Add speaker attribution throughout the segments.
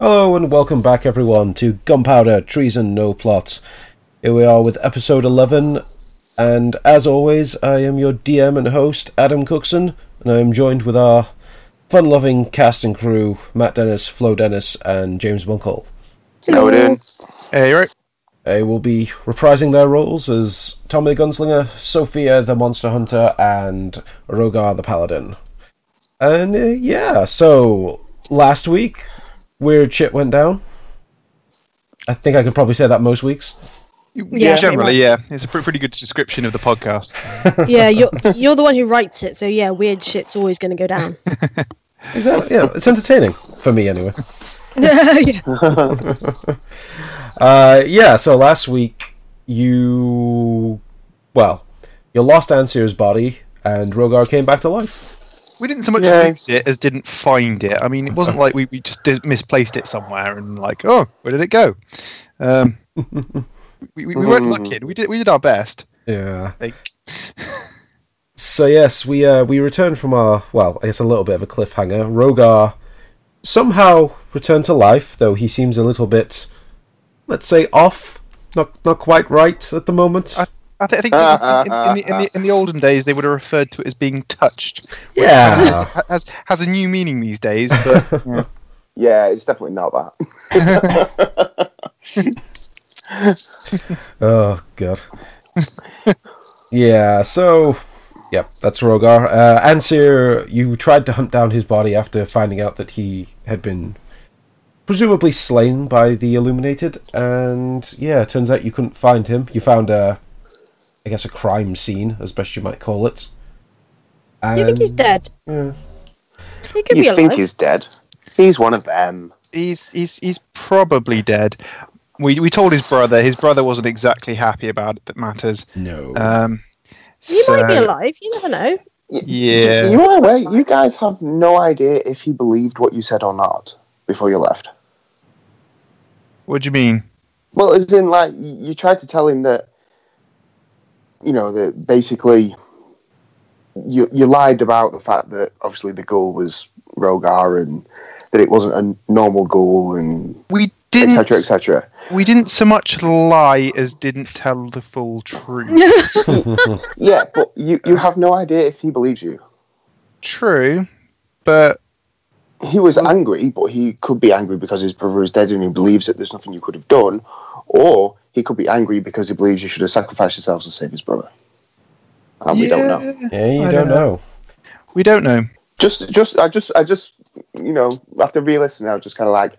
Speaker 1: Hello and welcome back, everyone, to Gunpowder Treason No Plots. Here we are with episode 11, and as always, I am your DM and host, Adam Cookson, and I am joined with our fun loving cast and crew Matt Dennis, Flo Dennis, and James Bunkle.
Speaker 2: How it in?
Speaker 3: Hey, you're right.
Speaker 1: They will be reprising their roles as Tommy the Gunslinger, Sophia the Monster Hunter, and Rogar the Paladin. And uh, yeah, so last week, weird shit went down. I think I could probably say that most weeks.
Speaker 3: Yeah,
Speaker 4: pretty
Speaker 3: generally,
Speaker 4: much.
Speaker 3: yeah. It's a pre- pretty good description of the podcast.
Speaker 4: yeah, you're you're the one who writes it, so yeah, weird shit's always going to go down.
Speaker 1: Exactly. Yeah, it's entertaining for me anyway.
Speaker 4: yeah.
Speaker 1: Uh, yeah. So last week you, well, you lost Ansir's body, and Rogar came back to life.
Speaker 3: We didn't so much
Speaker 2: Yeah.
Speaker 3: lose it as didn't find it. I mean, it wasn't like we, we just dis- misplaced it somewhere and like, oh, where did it go? Um, we, we, we weren't looking. We did we did our best.
Speaker 1: Yeah.
Speaker 3: Like,
Speaker 1: So yes, we uh, we returned from our well, I guess a little bit of a cliffhanger. Rogar somehow returned to life, though he seems a little bit, let's say, off. Not not quite right at the moment.
Speaker 3: I, I, th- I think in, in, in, the, in, the, in the olden days they would have referred to it as being touched.
Speaker 1: yeah.
Speaker 3: Ha- Has has a new meaning these days, but yeah.
Speaker 2: Yeah, it's definitely not that.
Speaker 1: Oh god. yeah. So, yeah, that's Rogar. Uh, Ansir, you tried to hunt down his body after finding out that he had been presumably slain by the Illuminated, and yeah, it turns out you couldn't find him. You found a, I guess, a crime scene, as best you might call it. And
Speaker 4: You think
Speaker 3: Um,
Speaker 4: he's dead?
Speaker 1: yeah.
Speaker 4: He could be
Speaker 2: you
Speaker 4: alive.
Speaker 2: think he's dead? He's one of them.
Speaker 3: he's he's he's probably dead. We we told his brother. His brother wasn't exactly happy about it. That matters.
Speaker 1: No.
Speaker 3: Um,
Speaker 4: he might be
Speaker 3: so-
Speaker 4: alive. You never know.
Speaker 3: Yeah.
Speaker 2: You are aware, you guys have no idea if he believed what you said or not before you left.
Speaker 3: What do you mean?
Speaker 2: Well, as in, like, you you tried to tell him that, you know, that basically you, you lied about the fact that obviously the goal was Rogar and that it wasn't a normal goal and
Speaker 3: We didn't.
Speaker 2: etc. etc.
Speaker 3: We didn't so much lie as didn't tell the full truth.
Speaker 2: Yeah, but you, you have no idea if he believes you.
Speaker 3: True, but
Speaker 2: he was angry, but he could be angry because his brother is dead and he believes that there's nothing you could have done, or he could be angry because he believes you should have sacrificed yourselves to save his brother. And we don't know.
Speaker 3: Yeah,
Speaker 1: yeah, you
Speaker 3: I
Speaker 1: don't,
Speaker 3: don't
Speaker 1: know.
Speaker 3: know. We don't know.
Speaker 2: Just, just, I just, I just, you know, after re-listening, I was just kind of like,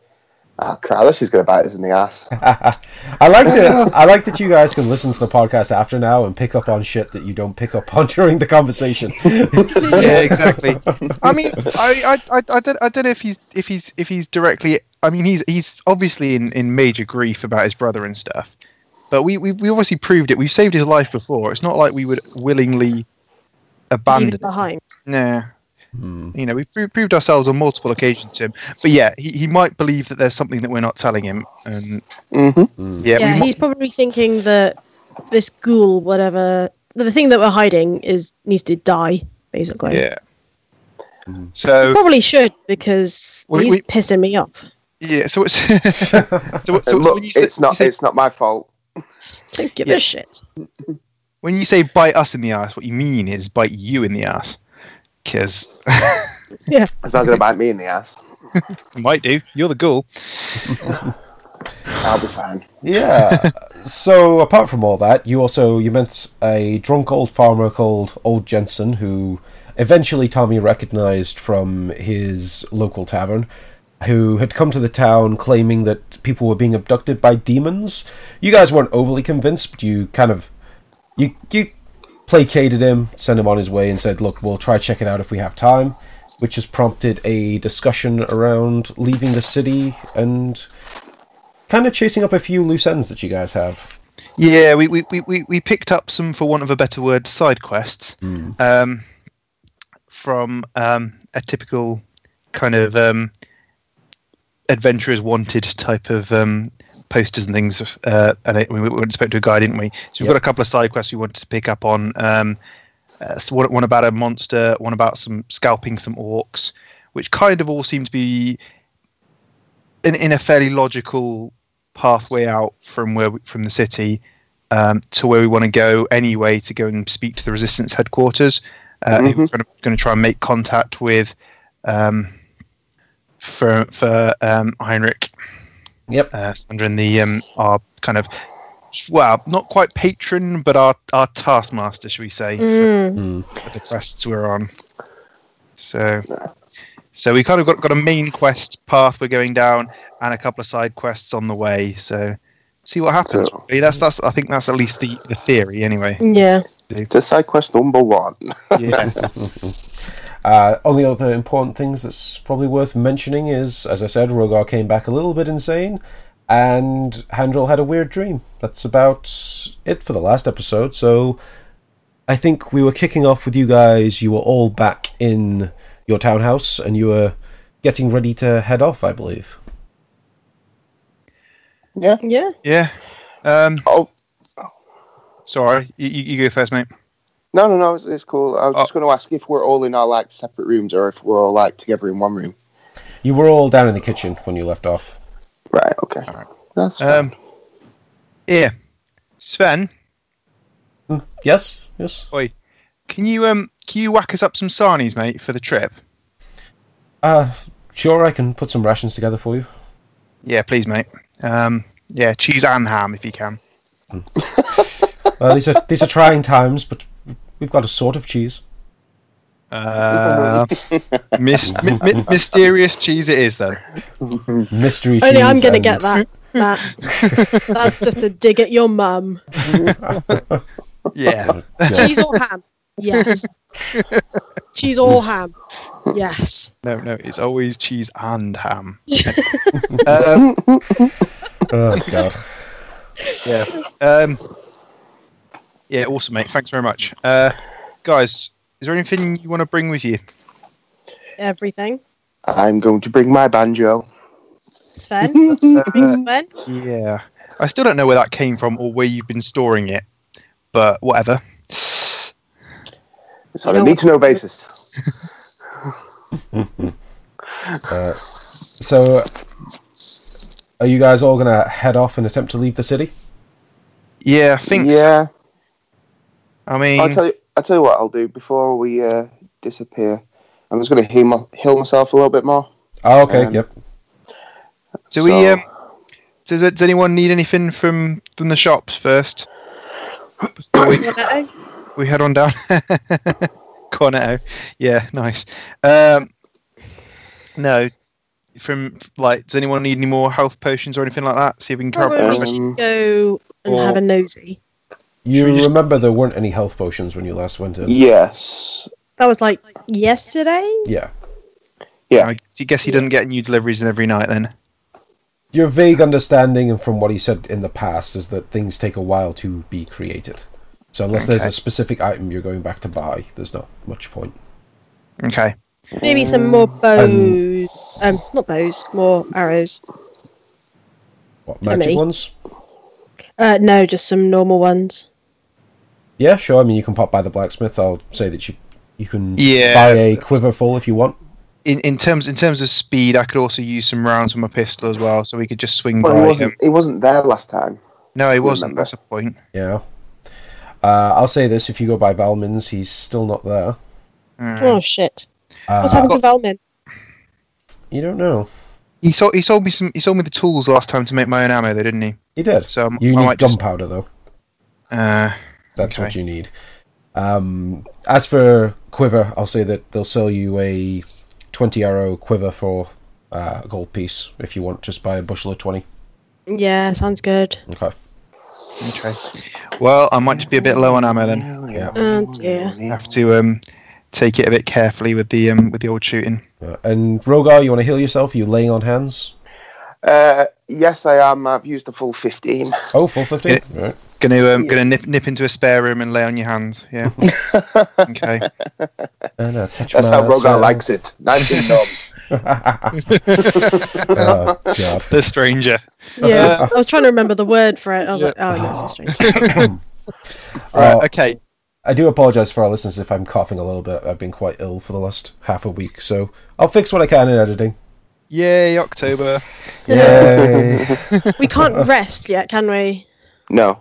Speaker 2: ah, crap, this is gonna bite us in the ass.
Speaker 1: I like that. I like that you guys can listen to the podcast after now and pick up on shit that you don't pick up on during the conversation. It's-
Speaker 3: Yeah, exactly. I mean, I, I, I, I don't, I don't know if he's, if he's, if he's directly. I mean, he's, he's obviously in, in major grief about his brother and stuff. But we, we, we obviously proved it. We've saved his life before. It's not like we would willingly
Speaker 4: Leave
Speaker 3: abandon.
Speaker 4: it
Speaker 3: it.
Speaker 4: behind.
Speaker 3: Nah.
Speaker 1: Hmm.
Speaker 3: You know, we've pro- proved ourselves on multiple occasions to him. But yeah, he, he might believe that there's something that we're not telling him. And
Speaker 2: hmm
Speaker 3: yeah,
Speaker 4: yeah,
Speaker 3: we might-
Speaker 4: he's probably thinking that this ghoul, whatever the thing that we're hiding, is needs to die. Basically,
Speaker 3: yeah.
Speaker 2: Mm-hmm.
Speaker 3: So
Speaker 4: probably should because
Speaker 3: We-
Speaker 4: he's
Speaker 3: we-
Speaker 4: pissing me off.
Speaker 3: yeah, so it's so, so, so
Speaker 2: Look,
Speaker 3: when you say,
Speaker 2: it's not,
Speaker 3: you say-
Speaker 2: it's not my fault.
Speaker 4: Don't give
Speaker 3: Yeah.
Speaker 4: a shit.
Speaker 3: when you say bite us in the ass, what you mean is bite you in the ass, because
Speaker 2: It's not gonna bite me in the ass.
Speaker 3: might do. You're the ghoul.
Speaker 2: I'll be fine.
Speaker 1: yeah. So apart from all that, you also you met a drunk old farmer called Old Jensen, who eventually Tommy recognized from his local tavern, who had come to the town claiming that people were being abducted by demons. You guys weren't overly convinced, but you kind of you you placated him, sent him on his way, and said, "Look, we'll try check it out if we have time." Which has prompted a discussion around leaving the city and kind of chasing up a few loose ends that you guys have.
Speaker 3: Yeah, we, we, we, we, we picked up some, for want of a better word, side quests um, from um, a typical kind of um, adventurers wanted type of um, posters and things. Uh, and it, we, we went and spoke to a guy, didn't we? So we've got a couple of side quests we wanted to pick up on. Um, uh, so one, one about a monster, one about some scalping some orcs, which kind of all seem to be in, in a fairly logical pathway out from where we, from the city um, to where we want to go anyway to go and speak to the resistance headquarters. Uh, and We're going to try and make contact with um, for for um, Heinrich
Speaker 1: Yep.
Speaker 3: uh, Sandra and the um, our kind of well, not quite patron, but our our taskmaster, should we say,
Speaker 4: Mm.
Speaker 3: for the quests we're on. So, so we kind of got got a main quest path we're going down, and a couple of side quests on the way. So, see what happens.
Speaker 2: So-
Speaker 3: really. That's that's I think that's at least the, the theory anyway.
Speaker 4: Yeah.
Speaker 2: The side quest number one.
Speaker 3: Yeah.
Speaker 1: Uh, only other important things that's probably worth mentioning is, as I said, Rogar came back a little bit insane, and Handrel had a weird dream. That's about it for the last episode. So I think we were kicking off with you guys. You were all back in your townhouse, and you were getting ready to head off, I believe.
Speaker 2: Yeah.
Speaker 4: Yeah.
Speaker 3: yeah. Um,
Speaker 2: Oh
Speaker 3: sorry, you, you you go first, mate.
Speaker 2: no, no, no. It's, it's cool.
Speaker 3: Oh.
Speaker 2: I was just going to ask if we're all in our like separate rooms or if we're all like together in one room.
Speaker 1: You were all down in the kitchen when you left off.
Speaker 2: Right. Okay.
Speaker 3: right.
Speaker 2: That's fine.
Speaker 3: Um, yeah, Sven.
Speaker 1: Yes, yes.
Speaker 3: Can you um can you whack us up some sarnies, mate, for the trip?
Speaker 1: Uh, sure, I can put some rations together for you.
Speaker 3: Yeah, please, mate. Um, yeah, cheese and ham if you can.
Speaker 1: Uh, these are these are trying times, but we've got a sort of cheese.
Speaker 3: Uh, mys- my- my- mysterious cheese it is then. Um,
Speaker 1: mystery.
Speaker 4: Only
Speaker 1: cheese
Speaker 4: I'm going to
Speaker 1: and-
Speaker 4: get that. That that's just a dig at your mum.
Speaker 3: Yeah,
Speaker 1: Yeah.
Speaker 4: Cheese or ham? Yes. Cheese or ham? Yes.
Speaker 3: no, no, it's always cheese and ham. um,
Speaker 1: Oh god.
Speaker 3: yeah, um, yeah, awesome, mate. Thanks very much, uh, guys. Is there anything you want to bring with you?
Speaker 4: Everything.
Speaker 2: I'm going to bring my banjo.
Speaker 4: Sven. Bring
Speaker 3: Uh,
Speaker 4: Sven.
Speaker 3: yeah, I still don't know where that came from or where you've been storing it, but whatever.
Speaker 2: It's on
Speaker 4: No.
Speaker 2: a need to know basis.
Speaker 1: Uh, so, are you guys all gonna head off and attempt to leave the city?
Speaker 3: Yeah, I think.
Speaker 2: Yeah.
Speaker 3: I mean,
Speaker 2: I'll tell you. I'll tell you what I'll do before we uh, disappear. I'm just going to heal, my, heal myself a little bit more.
Speaker 1: Oh, okay.
Speaker 2: Um,
Speaker 1: yep.
Speaker 3: Do we?
Speaker 2: So-
Speaker 3: Um, does it, Does anyone need anything from from the shops first? Before we,
Speaker 4: Cornetto.
Speaker 3: we head on down. Cornetto. Yeah, nice. Um, no, from like, does anyone need any more health potions or anything like that? See if we can cover.
Speaker 4: Probably
Speaker 3: up
Speaker 4: we
Speaker 2: Um,
Speaker 4: should go and
Speaker 3: Or-
Speaker 4: have a nosy.
Speaker 1: You
Speaker 3: should we just-
Speaker 1: remember there weren't any health potions when you last went in.
Speaker 2: Yes.
Speaker 4: That was like yesterday.
Speaker 1: Yeah.
Speaker 3: I guess he doesn't get new deliveries in every night then.
Speaker 1: Your vague understanding, and from what he said in the past, is that things take a while to be created. So unless there's
Speaker 3: Okay.
Speaker 1: a specific item you're going back to buy, there's not much point.
Speaker 3: Okay.
Speaker 4: Maybe some more bows. Um, not bows. More arrows.
Speaker 1: What magic
Speaker 4: me.
Speaker 1: ones?
Speaker 4: Uh, no, just some normal ones.
Speaker 1: Yeah, sure. I mean, you can pop by the blacksmith. I'll say that you you can
Speaker 3: Yeah.
Speaker 1: buy a quiver full if you want.
Speaker 3: In, in terms in terms of speed, I could also use some rounds with my pistol as well, so we could just swing
Speaker 2: Well, he
Speaker 3: by
Speaker 2: wasn't.
Speaker 3: him.
Speaker 2: He wasn't there last time.
Speaker 3: No, he wasn't.
Speaker 2: remember.
Speaker 3: That's a point.
Speaker 1: Yeah. Uh, I'll say this: if you go by Valmin's, he's still not there.
Speaker 3: Mm.
Speaker 4: Oh shit!
Speaker 1: Uh,
Speaker 4: What's happened to Valmin?
Speaker 1: You don't know.
Speaker 3: He sold, he sold me some. He sold me the tools last time to make my own ammo, though, didn't he?
Speaker 1: He did.
Speaker 3: So I'm-
Speaker 1: you
Speaker 3: I
Speaker 1: need
Speaker 3: might just-
Speaker 1: gunpowder, though.
Speaker 3: Uh,
Speaker 1: That's what
Speaker 3: Okay.
Speaker 1: you need. Um, as for quiver, I'll say that they'll sell you a twenty arrow quiver for uh, a gold piece if you want. Just buy a bushel of twenty.
Speaker 4: Yeah, sounds good.
Speaker 1: Okay.
Speaker 3: okay. Well, I might just be a bit low on ammo then.
Speaker 1: Yeah.
Speaker 4: Oh dear.
Speaker 3: Have to um, take it a bit carefully with the um, with the old shooting.
Speaker 1: Uh, and Rogar, you want to heal yourself? Are you laying on hands?
Speaker 2: Uh, yes, I am. I've used the full fifteen.
Speaker 1: Oh, full fifteen.
Speaker 3: It-
Speaker 1: Right.
Speaker 3: Gonna um, gonna nip nip into a spare room and lay on your hands. Yeah. okay.
Speaker 1: And I touch
Speaker 2: That's how
Speaker 1: my-
Speaker 2: Rogar likes it. Nineteen numb.
Speaker 1: Oh God.
Speaker 3: The stranger.
Speaker 4: Yeah, I was trying to remember the word for it. I was like, oh, no, it's a strange.
Speaker 1: Oh,
Speaker 3: Right, okay.
Speaker 1: I do apologize for our listeners if I'm coughing a little bit. I've been quite ill for the last half a week, so I'll fix what I can in editing.
Speaker 3: Yay, October.
Speaker 1: Yay.
Speaker 4: We can't rest yet, can we?
Speaker 2: No.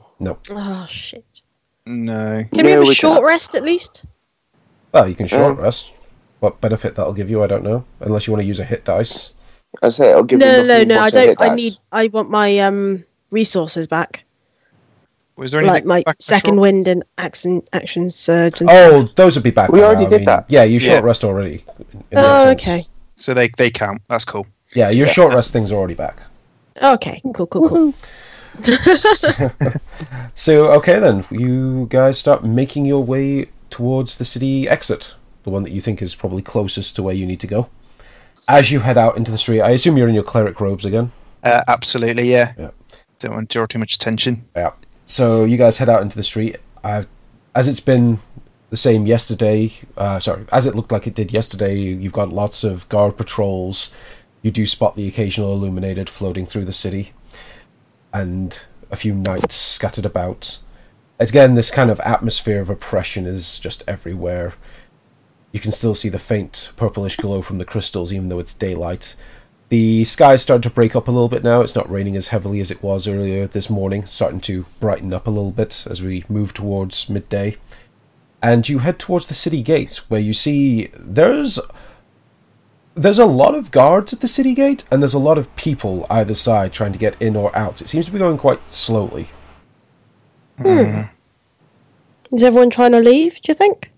Speaker 4: Oh shit!
Speaker 3: No.
Speaker 4: Can we
Speaker 2: No,
Speaker 4: have a
Speaker 2: we
Speaker 4: short
Speaker 2: can't.
Speaker 4: rest at least?
Speaker 1: well, you can short rest. What benefit that'll give you, I don't know. Unless you want to use a hit dice.
Speaker 2: I say it'll give
Speaker 4: No,
Speaker 2: you
Speaker 4: no, no,
Speaker 2: nothing
Speaker 4: no.
Speaker 2: but
Speaker 4: I
Speaker 2: a
Speaker 4: don't.
Speaker 2: hit
Speaker 4: I
Speaker 2: dice.
Speaker 4: need. I want my um resources back,
Speaker 3: Was there anything
Speaker 4: like my
Speaker 3: back to
Speaker 4: second
Speaker 3: short-
Speaker 4: wind and action action surge. And
Speaker 1: Oh, those would be back.
Speaker 2: We
Speaker 1: by
Speaker 2: already
Speaker 1: now, I
Speaker 2: did
Speaker 1: mean,
Speaker 2: that.
Speaker 1: Yeah, you short
Speaker 3: Yeah.
Speaker 1: rest already. in that
Speaker 4: Oh,
Speaker 1: sense.
Speaker 4: okay.
Speaker 3: So they they count. That's cool.
Speaker 1: Yeah, your short rest thing's already back.
Speaker 4: Okay. Cool. Cool. Cool.
Speaker 1: So, okay then, you guys start making your way towards the city exit, the one that you think is probably closest to where you need to go. As you head out into the street, I assume you're in your cleric robes again.
Speaker 3: Uh, absolutely, yeah.
Speaker 1: Yeah.
Speaker 3: Don't want to draw too much attention.
Speaker 1: Yeah. So you guys head out into the street. i as it's been the same yesterday, uh, sorry, as it looked like it did yesterday, you've got lots of guard patrols. You do spot the occasional illuminated floating through the city, and a few knights scattered about. Again, this kind of atmosphere of oppression is just everywhere. You can still see the faint purplish glow from the crystals, even though it's daylight. The sky's starting to break up a little bit now. It's not raining as heavily as it was earlier this morning. It's starting to brighten up a little bit as we move towards midday. And you head towards the city gate, where you see there's there's a lot of guards at the city gate, and there's a lot of people either side trying to get in or out. It seems to be going quite slowly.
Speaker 4: Is everyone trying to leave? Do you think?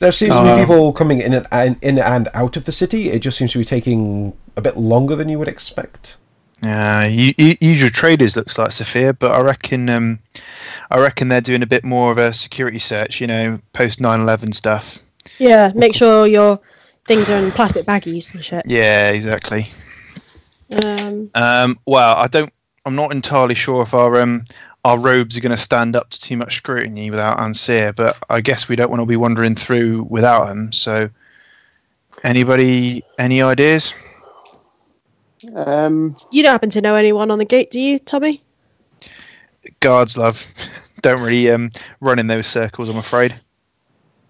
Speaker 1: There seems to
Speaker 3: Uh,
Speaker 1: be people coming in and- and in and out of the city. It just seems to be taking a bit longer than you would expect.
Speaker 3: Yeah, you, you, Uh, usual traders looks like Sophia, but I reckon um, I reckon they're doing a bit more of a security search. You know, post 9-11 stuff.
Speaker 4: Yeah. Make sure your things are in plastic baggies and shit.
Speaker 3: Yeah, exactly.
Speaker 4: Um.
Speaker 3: Um, well, I don't. I'm not entirely sure if our um, our robes are going to stand up to too much scrutiny without Ansir, but I guess we don't want to be wandering through without him. So, anybody, any ideas?
Speaker 2: Um,
Speaker 4: You don't happen to know anyone on the gate, do you, Tommy?
Speaker 3: Guards, love, don't really um, run in those circles. I'm afraid.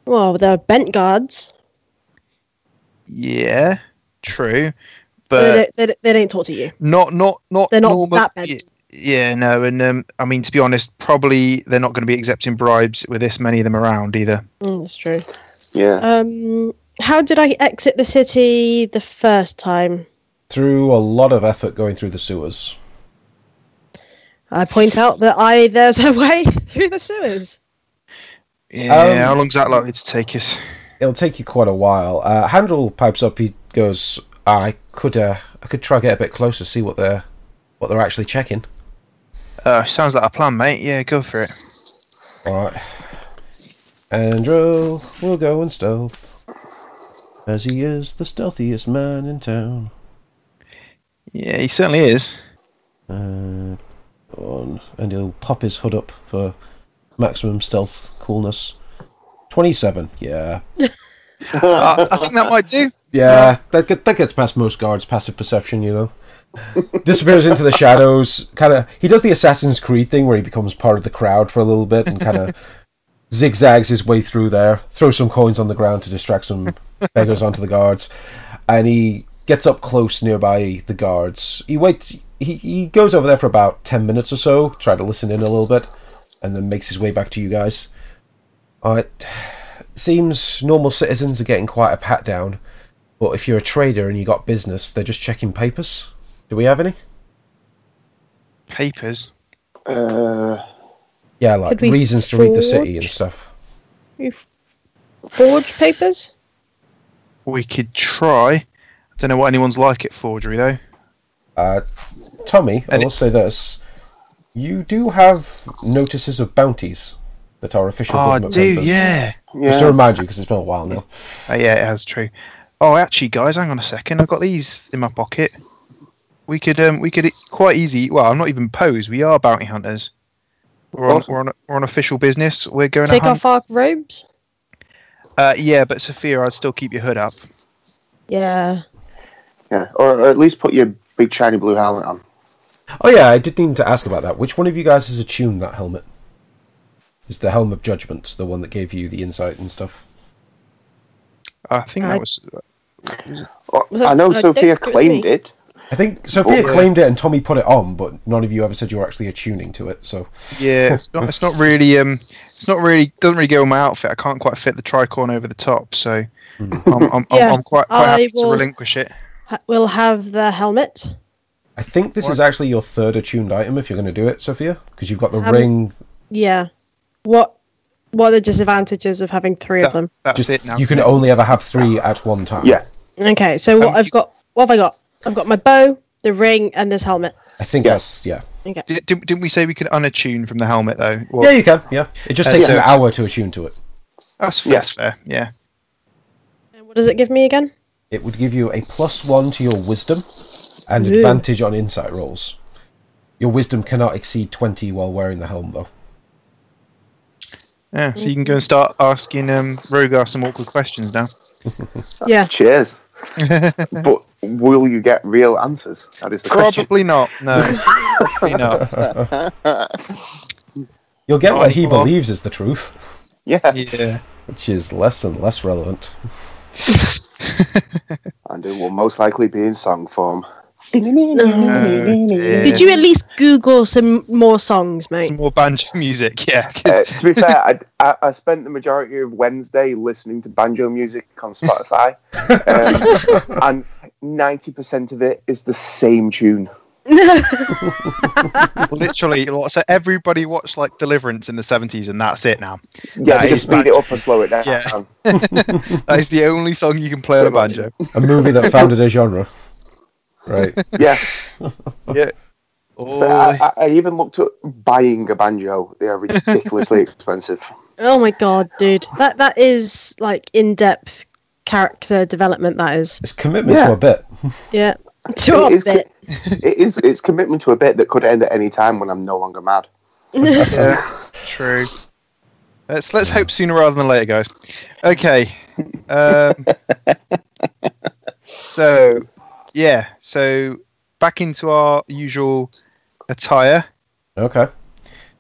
Speaker 4: Well, there are bent guards.
Speaker 3: Yeah, true,
Speaker 4: they,
Speaker 3: but
Speaker 4: don't, they, don't- they don't talk to you.
Speaker 3: not not not
Speaker 4: They're not
Speaker 3: normal.
Speaker 4: that bent.
Speaker 3: y- Yeah, no, and um, I mean to be honest, probably they're not going to be accepting bribes with this many of them around either.
Speaker 4: Mm, that's true.
Speaker 2: yeah.
Speaker 4: Um, how did I exit the city the first time?
Speaker 1: Through a lot of effort going through the sewers.
Speaker 4: I point out that I there's a way through the sewers.
Speaker 3: Yeah,
Speaker 1: Um,
Speaker 3: how long's that likely to take us?
Speaker 1: it'll take you quite a while. Uh, Handel pipes up. He goes, "I could, uh, I could try get a bit closer, see what they're, what they're actually checking."
Speaker 3: Uh, sounds like a plan, mate. Yeah, go for it.
Speaker 1: All right. Andrew will go in stealth, as he is the stealthiest man in town.
Speaker 3: Yeah, he certainly is.
Speaker 1: Uh, on, and he'll pop his hood up for maximum stealth coolness. Twenty-seven. Yeah.
Speaker 3: I, I think that might do.
Speaker 1: Yeah, that get, that gets past most guards' passive perception, you know. Disappears into the shadows. Kind of, he does the Assassin's Creed thing where he becomes part of the crowd for a little bit and kind of zigzags his way through there. Throws some coins on the ground to distract some beggars onto the guards, and he gets up close nearby the guards. He waits. He he goes over there for about ten minutes or so, try to listen in a little bit, and then makes his way back to you guys. All right. Seems normal citizens are getting quite a pat down. But if you're a trader and you got business, they're just checking papers. Do we have any?
Speaker 3: Papers.
Speaker 2: Uh,
Speaker 1: Yeah, like
Speaker 4: Could we
Speaker 1: reasons to read the city and
Speaker 4: forge?
Speaker 1: stuff.
Speaker 4: You forge papers?
Speaker 3: We could try. I don't know what anyone's like at forgery though.
Speaker 1: Uh, Tommy, I
Speaker 3: And
Speaker 1: will say this: you do have notices of bounties that are official
Speaker 3: Oh, I
Speaker 1: government
Speaker 3: do.
Speaker 1: papers.
Speaker 3: Yeah.
Speaker 1: Just to
Speaker 2: yeah.
Speaker 1: remind you, because it's been a while now.
Speaker 3: Oh, yeah, it has true. Oh, actually, guys, hang on a second. I've got these in my pocket. We could um, we could e- quite easy. Well, I'm not even posed. We are bounty hunters. We're on,
Speaker 2: Awesome.
Speaker 3: we're on we're on official business. We're going
Speaker 4: Take
Speaker 3: to hunt.
Speaker 4: off our robes?
Speaker 3: Uh, yeah, but Sophia, I'd still keep your hood up.
Speaker 4: Yeah.
Speaker 2: yeah. Or, or at least put your big shiny blue helmet on.
Speaker 1: Oh yeah, I did need to ask about that. Which one of you guys has attuned that helmet? Is the helm of judgment the one that gave you the insight and stuff?
Speaker 3: I think
Speaker 4: I-
Speaker 3: that was
Speaker 4: Was that-
Speaker 2: I know
Speaker 4: uh,
Speaker 2: Sophia
Speaker 4: Dexter was
Speaker 2: claimed
Speaker 4: me.
Speaker 2: it.
Speaker 1: I think Sophia
Speaker 2: Oh, yeah.
Speaker 1: claimed it and Tommy put it on, but none of you ever said you were actually attuning to it. So
Speaker 3: Yeah, it's not. It's not really. Um, it's not really. Doesn't really go with my outfit. I can't quite fit the tricorn over the top, so
Speaker 1: Hmm.
Speaker 3: I'm, I'm,
Speaker 4: Yeah,
Speaker 3: I'm, I'm quite, quite
Speaker 4: I
Speaker 3: happy
Speaker 4: will-
Speaker 3: to relinquish it.
Speaker 4: Ha- we'll have the helmet.
Speaker 1: I think this is actually your third attuned item if you're going to do it, Sophia, because you've got the
Speaker 4: Um,
Speaker 1: ring.
Speaker 4: Yeah. What what are the disadvantages of having three of
Speaker 3: That-
Speaker 4: them?
Speaker 3: that's
Speaker 1: Just,
Speaker 3: it now.
Speaker 1: you can only ever have three at one time.
Speaker 2: Yeah.
Speaker 4: Okay, so what
Speaker 3: Um,
Speaker 4: I've
Speaker 3: you-
Speaker 4: got what have I got? I've got my bow, the ring, and this helmet.
Speaker 1: I think
Speaker 2: Yeah.
Speaker 1: that's yeah.
Speaker 4: Okay.
Speaker 3: Did, didn't didn't we say we could unattune from the helmet though? Well,
Speaker 1: Yeah, you can. Yeah, it just
Speaker 3: Uh,
Speaker 1: takes
Speaker 3: so-
Speaker 1: an hour to attune to it.
Speaker 3: that's,
Speaker 2: Yeah.
Speaker 3: that's fair. Yeah.
Speaker 4: And what does it give me again?
Speaker 1: It would give you a plus one to your wisdom and
Speaker 4: Ooh.
Speaker 1: advantage on insight rolls. Your wisdom cannot exceed twenty while wearing the helm, though.
Speaker 3: Yeah. So you
Speaker 4: Mm-hmm.
Speaker 3: can go and start asking um, Rogar some awkward questions now.
Speaker 4: Yeah.
Speaker 2: Cheers. but will you get real answers? That is the question.
Speaker 3: Probably not. No. Probably not.
Speaker 1: You'll get
Speaker 3: Not
Speaker 1: what he
Speaker 3: anymore.
Speaker 1: believes is the truth,
Speaker 2: Yeah.
Speaker 3: Yeah.
Speaker 1: which is less and less relevant.
Speaker 2: And it will most likely be in song form.
Speaker 3: Oh, dear.
Speaker 4: Did you at least Google some more songs, mate?
Speaker 3: Some more banjo music. Yeah. 'cause-
Speaker 2: Uh, to be fair, I, I, I spent the majority of Wednesday listening to banjo music on Spotify, um, and ninety percent of it is the same tune.
Speaker 3: literally so everybody watched like deliverance in the 70s and that's it now
Speaker 2: Yeah,
Speaker 3: That
Speaker 2: they just
Speaker 3: is
Speaker 2: speed it up or slow it down.
Speaker 3: Yeah. that is the only song you can play on a
Speaker 2: Pretty
Speaker 3: banjo
Speaker 1: A movie that founded a genre. Right.
Speaker 2: yeah.
Speaker 3: yeah
Speaker 2: So I, I- I even looked at buying a banjo. They are ridiculously expensive.
Speaker 4: Oh my god, dude. That that is like in-depth character development that is.
Speaker 1: It's commitment to
Speaker 2: Yeah.
Speaker 1: a bit.
Speaker 4: Yeah. To
Speaker 2: It
Speaker 4: a
Speaker 2: is
Speaker 4: bit.
Speaker 2: It is it's commitment to a bit that could end at any time when I'm no longer mad.
Speaker 3: true let's let's hope sooner rather than later guys okay um, so yeah so back into our usual attire
Speaker 1: Okay.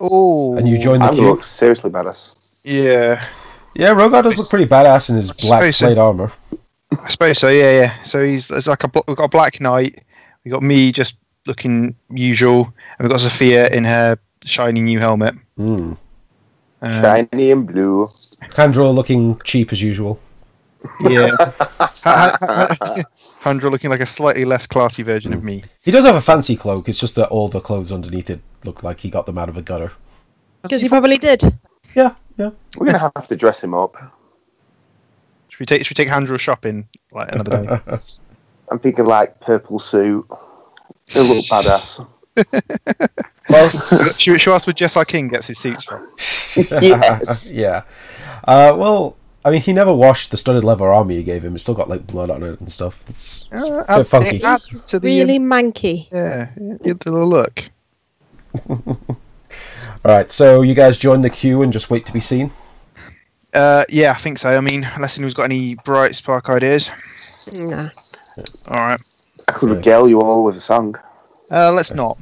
Speaker 3: oh
Speaker 1: And you join the
Speaker 2: I'm gonna
Speaker 1: queue.
Speaker 2: look seriously badass.
Speaker 3: yeah
Speaker 1: Yeah, Rogar does look pretty badass in his
Speaker 3: I
Speaker 1: black
Speaker 3: suppose so.
Speaker 1: plate armor.
Speaker 3: I suppose so. Yeah, yeah. So he's there's like a bl- we've got a black knight. We have got me just looking usual, and we've got Sophia in her shiny new helmet.
Speaker 1: Mm.
Speaker 3: Um,
Speaker 2: Shiny and blue.
Speaker 1: Handro looking cheap as usual.
Speaker 3: Yeah. Handra looking like a slightly less classy version of me.
Speaker 1: He does have a fancy cloak. It's just that all the clothes underneath it look like he got them out of a gutter.
Speaker 4: Because he probably did.
Speaker 1: Yeah, yeah.
Speaker 2: We're gonna have to dress him up.
Speaker 3: Should we take should we take Handra shopping like another day?
Speaker 2: I'm thinking like purple suit. A little badass.
Speaker 1: Well,
Speaker 3: should, should we ask where Jess R. King gets his suits from?
Speaker 2: Yes.
Speaker 1: yeah. Uh, well, I mean, he never washed the studded leather armor you gave him. It's still got like blood on it and stuff. It's, it's
Speaker 3: Uh,
Speaker 1: a bit funky.
Speaker 3: it adds to the,
Speaker 4: Really
Speaker 3: um,
Speaker 4: manky.
Speaker 3: yeah, yeah, the look.
Speaker 1: All right, so you guys join the queue and just wait to be seen.
Speaker 3: Uh, yeah, I think so. I mean, unless anyone's got any bright spark ideas.
Speaker 4: Nah.
Speaker 3: All right,
Speaker 2: I could regale you all with a song.
Speaker 3: uh, let's not.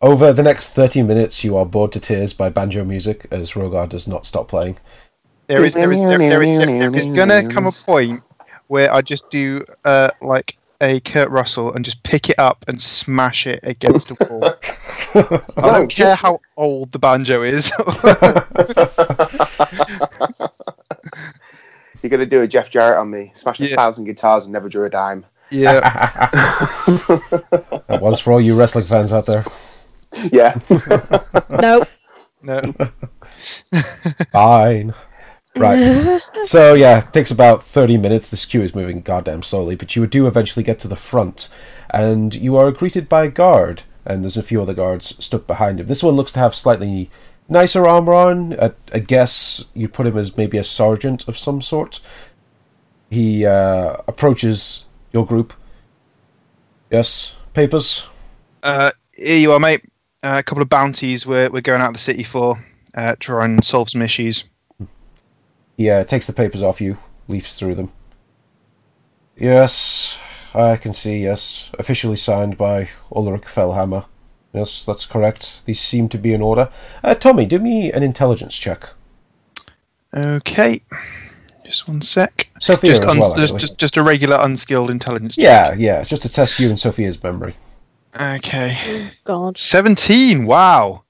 Speaker 1: Over the next thirty minutes, you are bored to tears by banjo music as Rogar does not stop playing.
Speaker 3: There is, there is, there, there is, there is gonna come a point where I just do uh, like a Kurt Russell and just pick it up and smash it against a wall. I
Speaker 2: No,
Speaker 3: don't care
Speaker 2: just-
Speaker 3: how old the banjo is.
Speaker 2: You're gonna do a Jeff Jarrett on me, smash
Speaker 3: Yeah.
Speaker 2: a thousand guitars and never drew a dime.
Speaker 3: yeah,
Speaker 1: That one's for all you wrestling fans out there.
Speaker 2: Yeah.
Speaker 4: No.
Speaker 3: no,
Speaker 1: Fine. Right. so yeah, it takes about thirty minutes. This queue is moving goddamn slowly, but you do eventually get to the front, and you are greeted by a guard, and there's a few other guards stood behind him. This one looks to have slightly nicer armor on. I, I guess you'd put him as maybe a sergeant of some sort. He uh, approaches your group. Yes, papers.
Speaker 3: uh, here you are, mate. Uh, a couple of bounties we're we're going out of the city for. Uh, try and solve some issues.
Speaker 1: He uh, takes the papers off you, leafs through them. Yes, I can see, yes. Officially signed by Ulrich Fellhammer. Yes, that's correct. These seem to be in order. Uh, Tommy, do me an intelligence check.
Speaker 3: Okay, Just one sec.
Speaker 1: Sophia
Speaker 3: just,
Speaker 1: as
Speaker 3: uns-
Speaker 1: well,
Speaker 3: just,
Speaker 1: actually.
Speaker 3: just just a regular unskilled intelligence. check.
Speaker 1: Yeah, yeah. It's just to test you and Sophia's memory.
Speaker 3: Okay.
Speaker 4: Oh, God.
Speaker 3: Seventeen. Wow.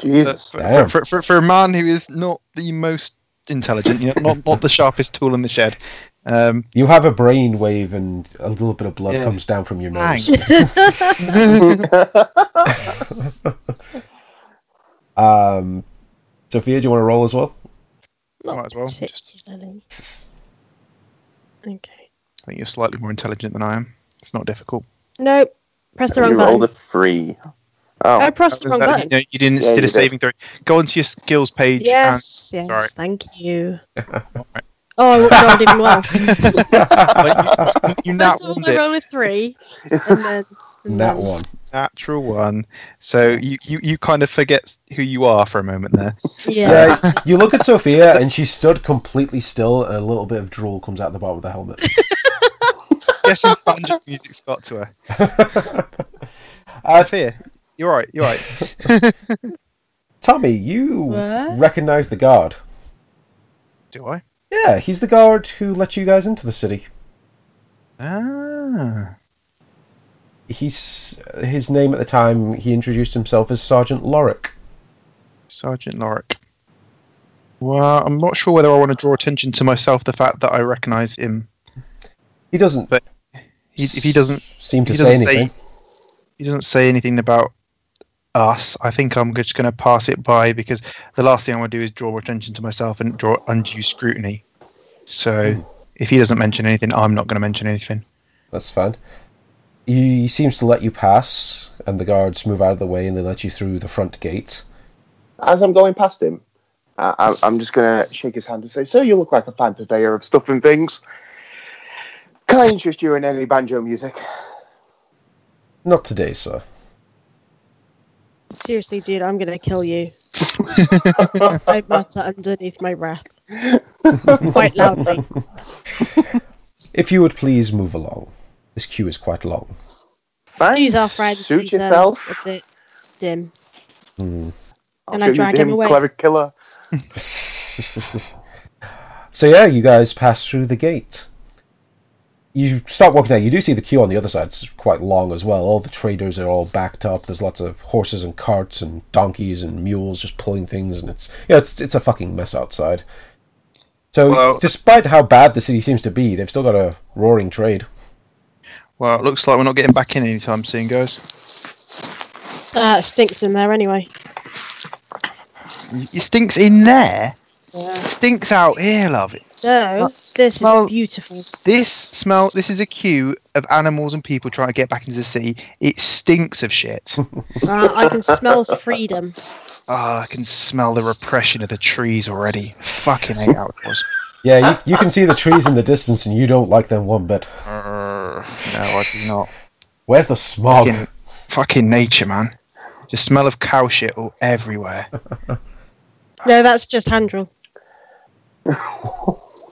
Speaker 2: Jesus.
Speaker 3: For-
Speaker 1: Damn.
Speaker 3: for, for, for a man who is not the most intelligent, you know, not not the sharpest tool in the shed. Um,
Speaker 1: You have a brain wave, and a little bit of blood
Speaker 3: Yeah.
Speaker 1: comes down from your
Speaker 3: Bang.
Speaker 1: nose. Um, Sophia, do you want to roll as well?
Speaker 4: Not
Speaker 3: Might as well.
Speaker 4: particularly. Okay.
Speaker 3: I think you're slightly more intelligent than I am. It's not difficult.
Speaker 4: No, press the wrong
Speaker 2: you rolled a
Speaker 4: button.
Speaker 2: three.
Speaker 4: I
Speaker 2: Oh,
Speaker 4: pressed the wrong
Speaker 3: That-
Speaker 4: button.
Speaker 3: no, you didn't did
Speaker 2: Yeah, you
Speaker 3: a
Speaker 2: did.
Speaker 3: saving throw. Go onto your skills page.
Speaker 4: Yes, yes,
Speaker 3: Sorry.
Speaker 4: thank you. Oh, I rolled even worse.
Speaker 3: And, like, you you nat
Speaker 4: First of
Speaker 3: one
Speaker 4: all, I
Speaker 3: did.
Speaker 4: rolled a three, and then and
Speaker 1: That
Speaker 4: then-
Speaker 1: one.
Speaker 3: Natural one. So you, you, you kind of forget who you are for a moment there.
Speaker 4: Yeah,
Speaker 1: Yeah, you look at Sophia, and she stood completely still, and a little bit of drool comes out the bottom of the helmet.
Speaker 3: Yes, and banjo music's got to her.
Speaker 1: Uh,
Speaker 3: Sophia, you're right. You're right.
Speaker 1: Tommy, you
Speaker 4: What?
Speaker 1: recognize the guard.
Speaker 3: Do I?
Speaker 1: Yeah, he's the guard who let you guys into the city.
Speaker 3: Ah.
Speaker 1: He's his name at the time. He introduced himself as Sergeant Lorick.
Speaker 3: Sergeant Lorick. Well, I'm not sure whether I want to draw attention to myself the fact that I recognise him.
Speaker 1: He doesn't.
Speaker 3: But He, if he doesn't,
Speaker 1: seem to
Speaker 3: he
Speaker 1: say
Speaker 3: doesn't say-
Speaker 1: anything,
Speaker 3: he doesn't say anything about us. I think I'm just going to pass it by because the last thing I want to do is draw attention to myself and draw undue scrutiny. So if he doesn't mention anything, I'm not going to mention anything.
Speaker 1: that's fine. He seems to let you pass, and the guards move out of the way, and they let you through the front gate.
Speaker 2: as I'm going past him, I, I, I'm just going to shake his hand and say, Sir, you look like a fan purveyor of stuff and things. Can I interest you in any banjo music?
Speaker 1: Not today, sir.
Speaker 4: seriously, dude, I'm gonna kill you. I mutter underneath my breath quite loudly.
Speaker 1: If you would please move along. This queue is quite long.
Speaker 4: Excuse our friends.
Speaker 2: Suit
Speaker 4: who's, um,
Speaker 2: yourself.
Speaker 4: a bit dim.
Speaker 1: Hmm.
Speaker 2: I'll
Speaker 4: And I
Speaker 2: show you
Speaker 4: drag him away.
Speaker 2: Clever killer.
Speaker 1: so yeah, you guys pass through the gate. You start walking down. You do see the queue on the other side. It's quite long as well. All the traders are all backed up. There's lots of horses and carts and donkeys and mules just pulling things, and it's yeah, it's it's a fucking mess outside. So
Speaker 3: Well-
Speaker 1: despite how bad the city seems to be, they've still got a roaring trade.
Speaker 3: Well, it looks like we're not getting back in anytime soon, guys.
Speaker 4: Uh, it stinks in there anyway.
Speaker 3: It stinks in there.
Speaker 4: Yeah.
Speaker 3: Stinks out here, love.
Speaker 4: No, this
Speaker 3: well-
Speaker 4: is beautiful.
Speaker 3: This smell. This is a queue of animals and people trying to get back into the city. It stinks of shit.
Speaker 4: Uh, I can smell freedom.
Speaker 3: Ah, I can smell the repression of the trees already. Fucking hate outdoors.
Speaker 1: Yeah, you, you can see the trees in the distance, and you don't like them one bit.
Speaker 3: Arr, no, I do not.
Speaker 1: Where's the smog?
Speaker 3: Fucking, fucking nature, man. The smell of cow shit all everywhere.
Speaker 4: No, that's just Handrel.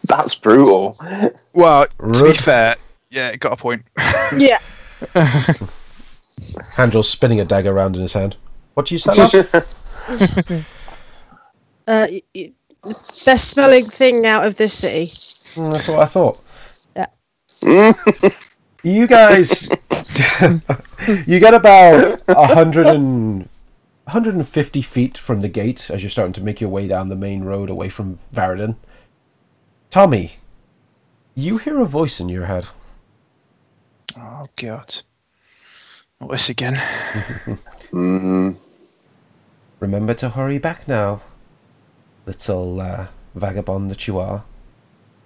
Speaker 2: That's brutal.
Speaker 3: Well, to be
Speaker 1: Rude.
Speaker 3: fair, yeah, got a point.
Speaker 4: Yeah.
Speaker 1: Handrel spinning a dagger round in his hand. What do you say? love?
Speaker 4: Uh, y- y- the best smelling thing out of this city.
Speaker 1: Mm, That's what I thought.
Speaker 4: Yeah.
Speaker 1: you guys, you get about a hundred and. 150 feet from the gate as you're starting to make your way down the main road away from Varadin. Tommy, you hear a voice in your head.
Speaker 3: Oh god. Not this again.
Speaker 2: Mm,
Speaker 1: Remember to hurry back now, little uh, vagabond that you are.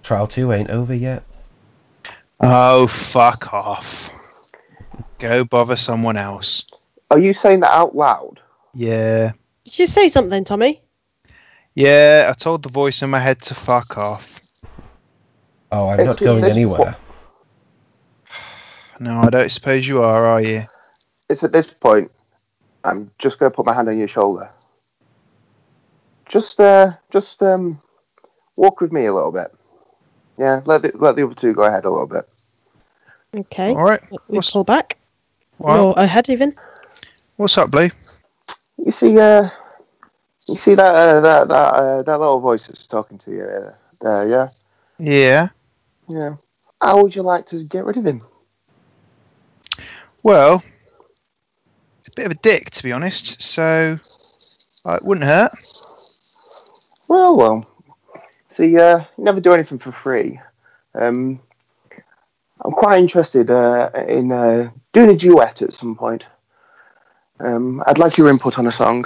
Speaker 1: Trial 2 ain't over yet.
Speaker 3: Oh fuck off. Go bother someone else.
Speaker 2: Are you saying that out loud?
Speaker 3: Yeah.
Speaker 4: Did you say something, Tommy?
Speaker 3: Yeah, I told the voice in my head to fuck off.
Speaker 1: Oh, I'm not
Speaker 2: It's
Speaker 1: going
Speaker 2: this-
Speaker 1: anywhere.
Speaker 3: No, I don't suppose you are, are you?
Speaker 2: It's at this point. I'm just going to put my hand on your shoulder. Just, uh, just um, walk with me a little bit. Yeah, let the, let the other two go ahead a little bit.
Speaker 4: Okay.
Speaker 3: Alright.
Speaker 4: We
Speaker 3: what's-
Speaker 4: pull back.
Speaker 3: Well,
Speaker 4: Or ahead, even.
Speaker 3: what's up, Blue?
Speaker 2: You see, uh, you see that uh, that that, uh, that little voice that's talking to you. Uh, there, yeah.
Speaker 3: Yeah.
Speaker 2: Yeah. How would you like to get rid of him?
Speaker 3: Well, it's a bit of a dick, to be honest. So uh, it wouldn't hurt.
Speaker 2: Well, well. See, uh, you never do anything for free. Um, I'm quite interested uh, in uh, doing a duet at some point. Um, I'd like your input on a song.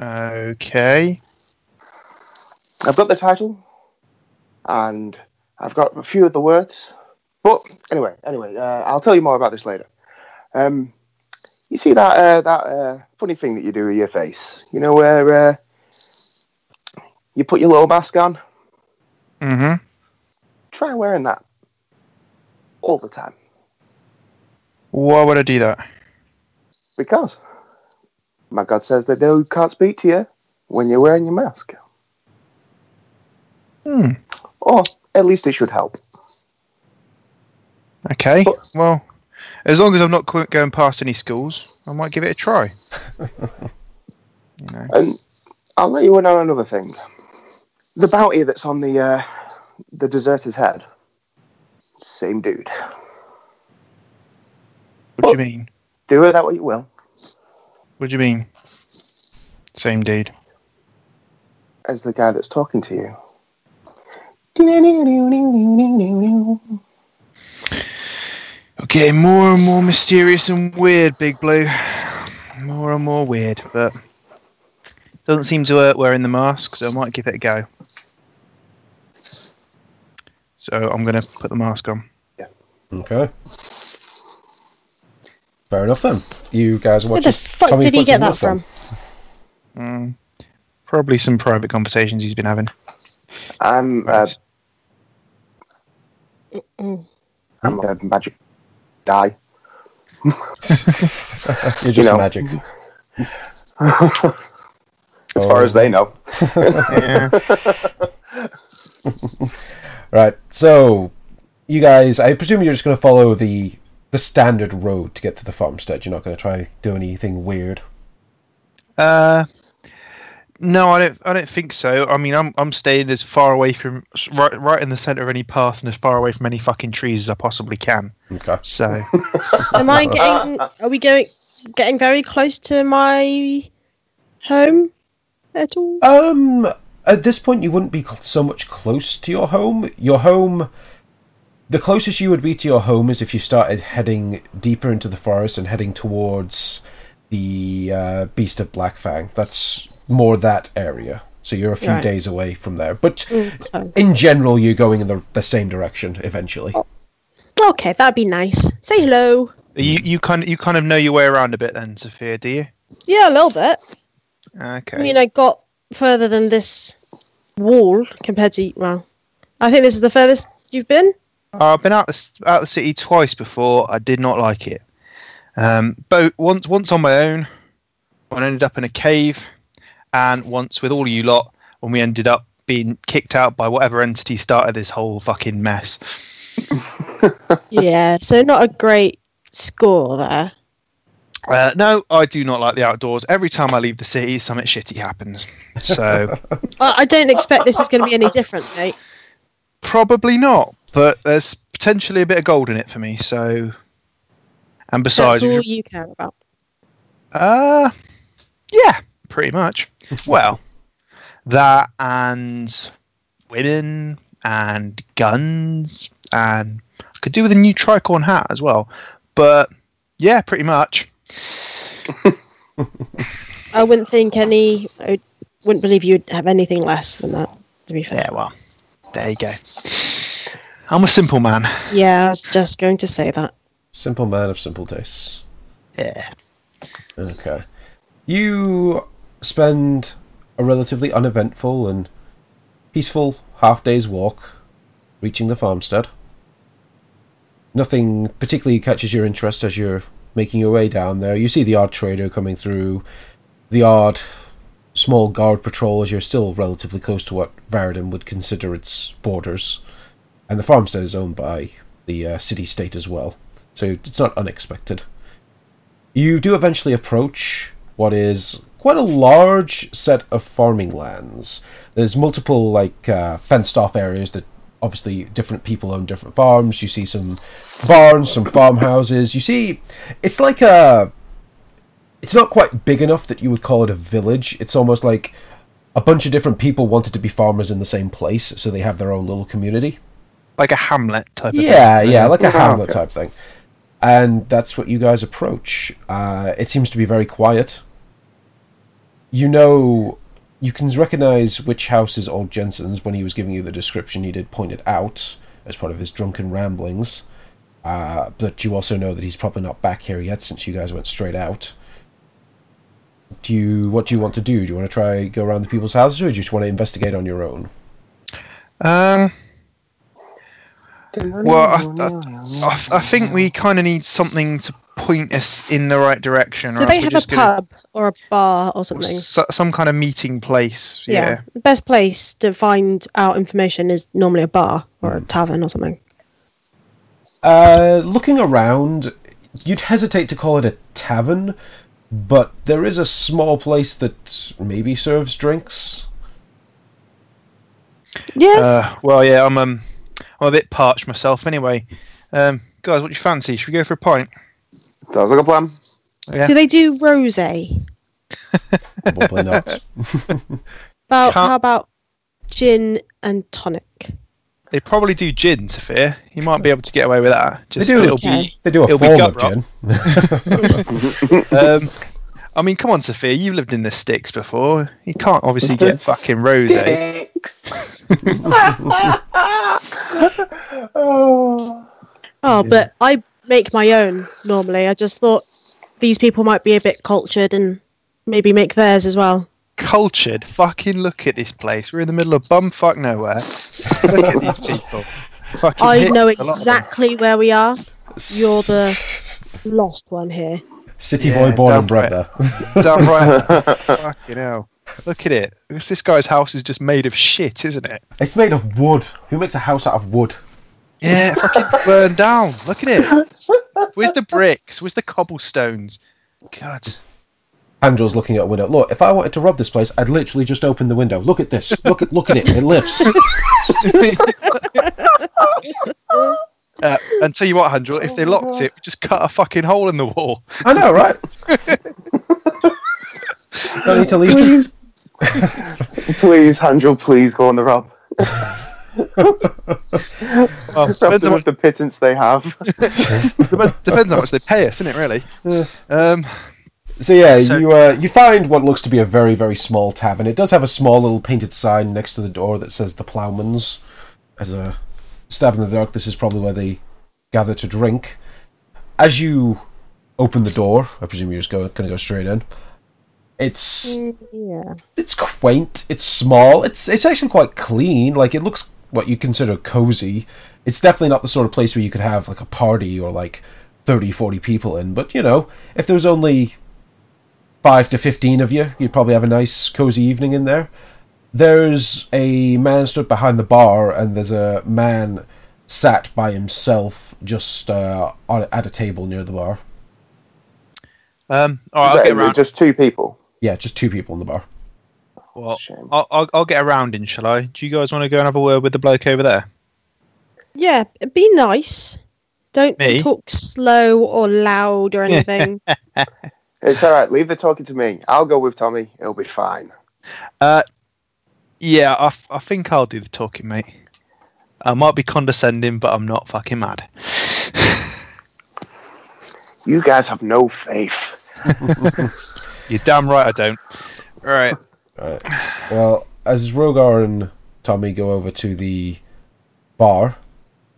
Speaker 3: Okay.
Speaker 2: I've got the title, and I've got a few of the words. But anyway, anyway, uh, I'll tell you more about this later. Um, you see that uh, that uh, funny thing that you do with your face? You know where uh, you put your little mask on?
Speaker 3: Mm-hmm.
Speaker 2: Try wearing that all the time
Speaker 3: Why would I do that?
Speaker 2: because my God says that they can't speak to you when you're wearing your mask,
Speaker 3: Hmm.
Speaker 2: or at least it should help.
Speaker 3: Okay.
Speaker 2: But-
Speaker 3: Well, as long as I'm not qu- going past any schools, I might give it a try.
Speaker 2: And I'll let you in on another thing. The bounty that's on the uh, the deserter's head. Same dude.
Speaker 3: What do you mean?
Speaker 2: Do with that what you will.
Speaker 3: What do you mean? Same deed.
Speaker 2: As the guy that's talking to you.
Speaker 3: Okay, more and more mysterious and weird, Big Blue. More and more weird, but doesn't seem to work wearing the mask, so I might give it a go. So I'm gonna put the mask on.
Speaker 1: Okay. Fair enough then. You guys are
Speaker 4: Where
Speaker 1: watching.
Speaker 4: the fuck
Speaker 1: Tommy
Speaker 4: did he
Speaker 1: puts
Speaker 4: get
Speaker 1: his mask
Speaker 4: that
Speaker 1: on.
Speaker 4: from?
Speaker 3: Mm, probably some private conversations he's been having.
Speaker 2: I'm uh,
Speaker 4: Mm.
Speaker 2: I'm a magic guy.
Speaker 1: You're just
Speaker 2: You know.
Speaker 1: magic.
Speaker 2: As far as they know.
Speaker 3: yeah.
Speaker 1: Right. So, you guys, I presume you're just going to follow the the standard road to get to the farmstead. You're not going to try do anything weird.
Speaker 3: Uh, no, I don't. I don't think so. I mean, I'm I'm staying as far away from s- right right in the center of any path and as far away from any fucking trees as I possibly can.
Speaker 1: Okay.
Speaker 3: So
Speaker 4: Am I getting? Are we going? Getting very close to my home at all?
Speaker 1: Um, at this point, you wouldn't be cl- so much close to your home. Your home, the closest you would be to your home is if you started heading deeper into the forest and heading towards the uh, Beast of Black Fang. That's more that area. So you're a few
Speaker 4: Right.
Speaker 1: days away from there. But
Speaker 4: Oh.
Speaker 1: in general, you're going in the, the same direction eventually.
Speaker 4: Okay, that'd be nice. Say hello.
Speaker 3: you you kind of, you kind of know your way around a bit then, Sophia, do you?
Speaker 4: Yeah, a little bit.
Speaker 3: Okay.
Speaker 4: I mean, I got further than this wall compared to well. I think this is the furthest you've been.
Speaker 3: Uh, I've been out the s- out the city twice before. I did not like it. Um, both once once on my own, when I ended up in a cave, and once with all you lot when we ended up being kicked out by whatever entity started this whole fucking mess.
Speaker 4: yeah, so not a great score there.
Speaker 3: Uh, no, I do not like the outdoors. Every time I leave the city, something shitty happens. So
Speaker 4: I I don't expect this is going to be any different, mate.
Speaker 3: probably not. But there's potentially a bit of gold in it for me. So, and besides,
Speaker 4: That's all you care about.
Speaker 3: Uh, yeah, pretty much. well, that and women and guns and I could do with a new tricorn hat as well. But yeah, pretty much.
Speaker 4: I wouldn't think any. I wouldn't believe you'd have anything less than that. To be fair.
Speaker 3: Yeah, well, there you go. I'm a simple man.
Speaker 4: Yeah, I was just going to say that.
Speaker 1: Simple man of simple tastes.
Speaker 3: Yeah.
Speaker 1: Okay. You spend a relatively uneventful and peaceful half day's walk reaching the farmstead. Nothing particularly catches your interest as you're making your way down there. You see the odd trader coming through, the odd small guard patrol as you're still relatively close to what Varadin would consider its borders. And the farmstead is owned by the uh, city state as well, so it's not unexpected. You do eventually approach what is quite a large set of farming lands. There's multiple like uh, fenced off areas that obviously different people own different farms. You see some barns, some farmhouses. You see, it's like a. It's not quite big enough that you would call it a village. It's almost like a bunch of different people wanted to be farmers in the same place, so they have their own little community.
Speaker 3: Like a hamlet type of
Speaker 1: Yeah,
Speaker 3: thing.
Speaker 1: yeah, like a
Speaker 2: Yeah,
Speaker 1: hamlet
Speaker 2: okay.
Speaker 1: type thing. And that's what you guys approach. Uh, it seems to be very quiet. You know, you can recognize which house is old Jensen's. When he was giving you the description, he did point it out as part of his drunken ramblings. Uh, but you also know that he's probably not back here yet since you guys went straight out. Do you? What do you want to do? Do you want to try go around the people's houses, or do you just want to investigate on your own?
Speaker 3: Um, well, I, I, I, I think we kind of need something to point us in the right direction.
Speaker 4: Do
Speaker 3: or
Speaker 4: they
Speaker 3: else
Speaker 4: have
Speaker 3: we're
Speaker 4: a
Speaker 3: just gonna-
Speaker 4: pub or a bar or something?
Speaker 3: So, some kind of meeting place.
Speaker 4: Yeah.
Speaker 3: Yeah.
Speaker 4: The best place to find out information is normally a bar or a tavern or something.
Speaker 1: Uh, looking around, you'd hesitate to call it a tavern, but there is a small place that maybe serves drinks.
Speaker 4: Yeah.
Speaker 3: Uh, well, yeah, I'm um, I'm a bit parched myself anyway. Um, guys, what do you fancy? Should we go for a pint?
Speaker 2: Sounds like a plan.
Speaker 3: Uh,
Speaker 4: do they do rosé?
Speaker 1: Probably not.
Speaker 4: About
Speaker 3: Can't-
Speaker 4: how about gin and tonic?
Speaker 3: They probably do gin, Sophia. You might be able to get away with that.
Speaker 1: they
Speaker 3: Just
Speaker 1: do.
Speaker 3: It'll
Speaker 4: Okay.
Speaker 1: They do a
Speaker 3: it'll be
Speaker 1: form
Speaker 3: gut
Speaker 1: of
Speaker 3: rot.
Speaker 1: gin.
Speaker 3: be. Um, I mean, come on, Sophia. You lived in the sticks before. You can't obviously get
Speaker 2: That's-
Speaker 3: fucking eh? rosé.
Speaker 2: oh.
Speaker 4: Oh, but I make my own normally. I just thought these people might be a bit cultured and maybe make theirs as well.
Speaker 3: Cultured. Fucking look at this place. We're in the middle of bumfuck nowhere. look at these people. Fucking
Speaker 4: I
Speaker 3: hit a
Speaker 4: know
Speaker 3: lot of them.
Speaker 4: exactly where we are. You're
Speaker 1: S-
Speaker 4: the lost one here.
Speaker 1: city
Speaker 3: Yeah,
Speaker 1: boy born and
Speaker 3: downright.
Speaker 1: bred there.
Speaker 3: Damn right. Fucking hell. Look at it. This, this guy's house is just made of shit, isn't it?
Speaker 1: It's made of wood. Who makes a house out of wood?
Speaker 3: Yeah, it fucking burned down. Look at it. Where's the bricks? Where's the cobblestones? God.
Speaker 1: Angel's looking at a window. Look, if I wanted to rob this place, I'd literally just open the window. Look at this. Look at look at it. It lifts.
Speaker 3: Uh, and tell you what, Handrel, if they locked it, we just cut a fucking hole in the wall.
Speaker 1: I know, right? Don't need to leave.
Speaker 2: Please, Handel, please go on the rob.
Speaker 3: Well,
Speaker 2: Rob
Speaker 3: depends,
Speaker 2: them
Speaker 3: on,
Speaker 2: of the pittance they have.
Speaker 3: depends- depends how much they pay us, isn't it, really? Um,
Speaker 1: So yeah,
Speaker 3: So-
Speaker 1: you uh, you find what looks to be a very very small tavern. It does have a small little painted sign next to the door that says the Ploughman's. As a stab in the dark, this is probably where they gather to drink. As you open the door, I presume you're just going to go straight in. It's
Speaker 4: Yeah.
Speaker 1: it's quaint. It's small. It's it's actually quite clean. Like it looks what you consider cozy. It's definitely not the sort of place where you could have like a party or like 30, 40 people in. But you know, if there was only five to fifteen of you, you'd probably have a nice cozy evening in there. There's a man stood behind the bar, and there's a man sat by himself just uh, on, at a table near the bar.
Speaker 3: um, all right, I'll
Speaker 2: Is
Speaker 3: get
Speaker 2: that it?
Speaker 3: around.
Speaker 2: Just two people.
Speaker 1: Yeah, just two people in the bar.
Speaker 3: Well,
Speaker 2: Shame.
Speaker 3: I'll, I'll, I'll get around in, shall I? Do you guys want to go and have a word with the bloke over there?
Speaker 4: Yeah, be nice. Don't
Speaker 3: Me?
Speaker 4: talk slow or loud or anything.
Speaker 2: It's all right. Leave the talking to me. I'll go with Tommy. It'll be fine.
Speaker 3: Yeah, I, f- I think I'll do the talking, mate. I might be condescending, but I'm not fucking mad.
Speaker 2: You guys have no faith.
Speaker 3: You're damn right I don't. Right.
Speaker 1: Well, as Rogar and Tommy go over to the bar,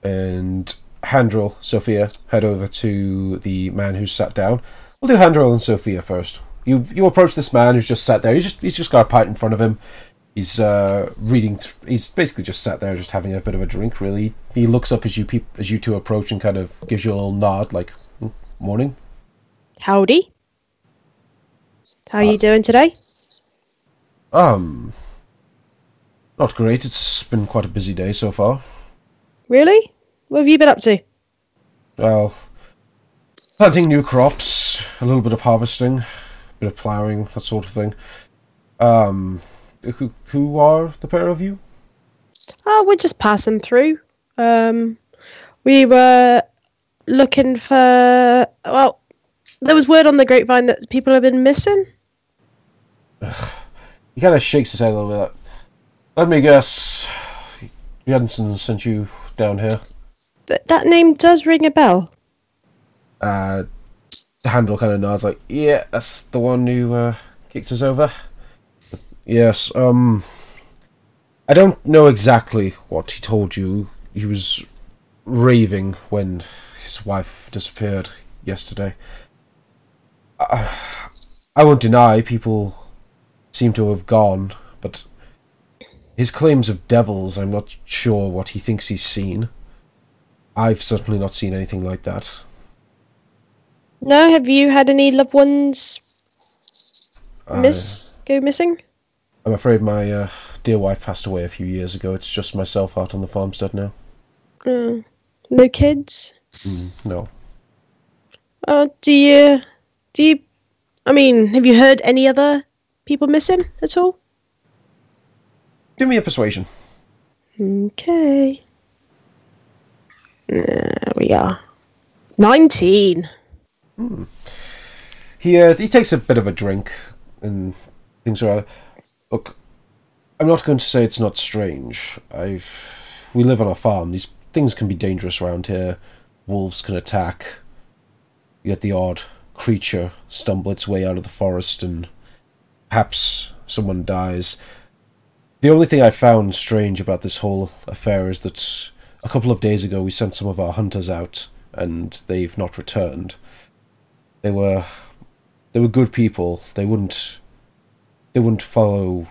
Speaker 1: and Handrel, Sophia, head over to the man who's sat down. We'll do Handrel and Sophia first. You you approach this man who's just sat there. He's just he's just got a pint in front of him. He's uh, reading. Th- he's basically just sat there, just having a bit of a drink. Really, he looks up as you peop- as you two approach and kind of gives you a little nod, like "Mm, "Morning."
Speaker 4: Howdy. How
Speaker 3: Uh,
Speaker 4: you doing today?
Speaker 1: Um, not great. It's been quite a busy day so far.
Speaker 4: Really? What have you been up to?
Speaker 1: Well, planting new crops, a little bit of harvesting, bit of ploughing, that sort of thing. Um, who, who are the pair of you?
Speaker 4: Oh, we're just passing through. Um, we were looking for. Well, there was word on the grapevine that people have been missing.
Speaker 1: He kind of shakes his head a little bit. Let me guess. Jensen sent you down here.
Speaker 4: Th- that name does ring a bell.
Speaker 1: Uh, the handle kind of nods, like, yeah, that's the one who uh, kicked us over. Yes. Um, I don't know exactly what he told you. He was raving when his wife disappeared yesterday. I, I won't deny people seem to have gone, but his claims of devils, I'm not sure what he thinks he's seen. I've certainly not seen anything like that.
Speaker 4: No, have you had any loved ones
Speaker 1: Uh,
Speaker 4: miss go missing?
Speaker 1: I'm afraid my uh, dear wife passed away a few years ago. It's just myself out on the farmstead now.
Speaker 4: Mm. No kids.
Speaker 1: Mm, no.
Speaker 4: Uh, do you? Do you? I mean, have you heard any other people missing at all?
Speaker 1: Give me a persuasion.
Speaker 4: Okay. There we are. Nineteen.
Speaker 1: Hmm. He uh, he takes a bit of a drink and things are. Look, I'm not going to say it's not strange. I've we live on a farm. These things can be dangerous around here. Wolves can attack. Yet the odd creature stumble its way out of the forest, and perhaps someone dies. The only thing I found strange about this whole affair is that a couple of days ago we sent some of our hunters out, and they've not returned. They were they were good people. They wouldn't they wouldn't follow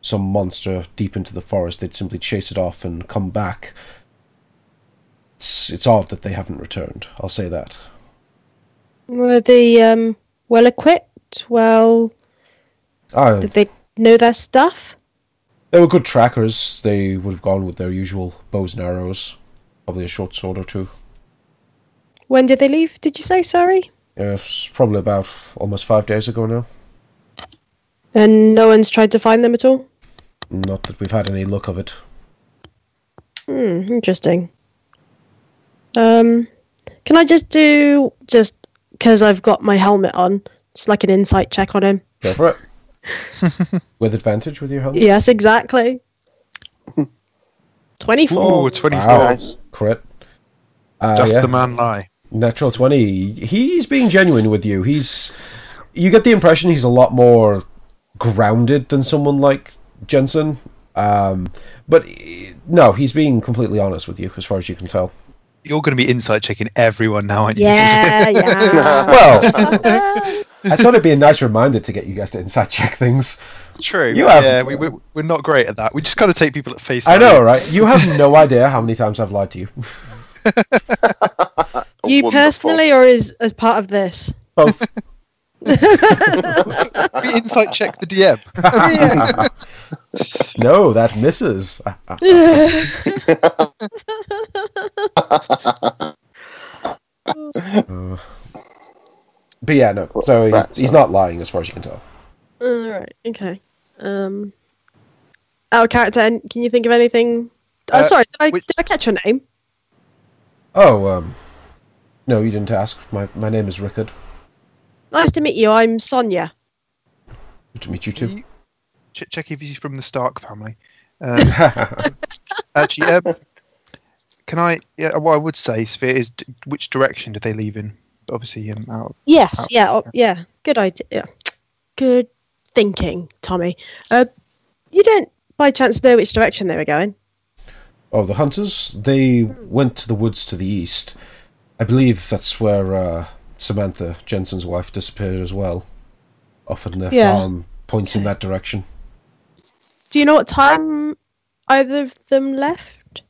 Speaker 1: some monster deep into the forest. They'd simply chase it off and come back. It's, it's odd that they haven't returned. I'll say that.
Speaker 4: Were they um, well equipped? Well,
Speaker 1: Ah,
Speaker 4: did they know their stuff?
Speaker 1: they were good trackers. They would have gone with their usual bows and arrows, probably a short sword or two.
Speaker 4: When did they leave? Did you say sorry?
Speaker 1: Yeah, it's probably about almost five days ago now.
Speaker 4: And no one's tried to find them at all.
Speaker 1: Not that we've had any luck of it.
Speaker 4: Hmm, interesting. Um, can I just do just because I've got my helmet on, just like an insight check on him?
Speaker 1: Go for it. with advantage with your helmet.
Speaker 4: Yes, exactly. Twenty-four.
Speaker 3: Ooh, 24.
Speaker 1: Wow.
Speaker 2: Nice.
Speaker 1: Crit. Uh,
Speaker 3: Doth
Speaker 1: yeah.
Speaker 3: the man lie?
Speaker 1: Natural 20. He's being genuine with you. He's. You get the impression he's a lot more grounded than someone like Jensen. Um, but eh, no, he's being completely honest with you, as far as you can tell.
Speaker 3: You're going to be insight checking everyone now, aren't you?
Speaker 4: Yeah, yeah.
Speaker 1: Well, I thought it'd be a nice reminder to get you guys to inside check things.
Speaker 3: It's true.
Speaker 1: You have-
Speaker 3: Yeah, we, we, we're not great at that. We just kind of take people at face
Speaker 1: I
Speaker 3: value.
Speaker 1: know, right? You have no idea how many times I've lied to you.
Speaker 4: you
Speaker 2: Wonderful.
Speaker 4: personally, or is as part of this?
Speaker 1: Both.
Speaker 3: We insight check the DM.
Speaker 1: no, that misses. Uh, but yeah, no. So he's,
Speaker 2: Right,
Speaker 1: he's not lying, as far as you can tell.
Speaker 4: All Uh, right. Okay. Um, out of character. and Can you think of anything? Oh,
Speaker 3: Uh,
Speaker 4: sorry. Did I,
Speaker 3: which-
Speaker 4: did I catch your name?
Speaker 1: Oh, um, no, you didn't ask. My my name is Rickard.
Speaker 4: Nice to meet you. I'm Sonia.
Speaker 1: Good to meet you too.
Speaker 3: You- Ch- check if he's from the Stark family. Um, actually, um, can I? Yeah, what I would say, Sphere, is d- which direction did they leave in? Obviously, um, out.
Speaker 4: Yes.
Speaker 3: Oh,
Speaker 4: yeah. Oh, yeah. Good idea. yeah. Good thinking, Tommy. Uh, you don't by chance know which direction they were going.
Speaker 1: oh, the hunters. They went to the woods to the east. I believe that's where uh, Samantha Jensen's wife disappeared as well. Often their
Speaker 4: Yeah.
Speaker 1: farm points in
Speaker 4: Okay.
Speaker 1: that direction.
Speaker 4: Do you know
Speaker 3: Um,
Speaker 4: what time either of them left?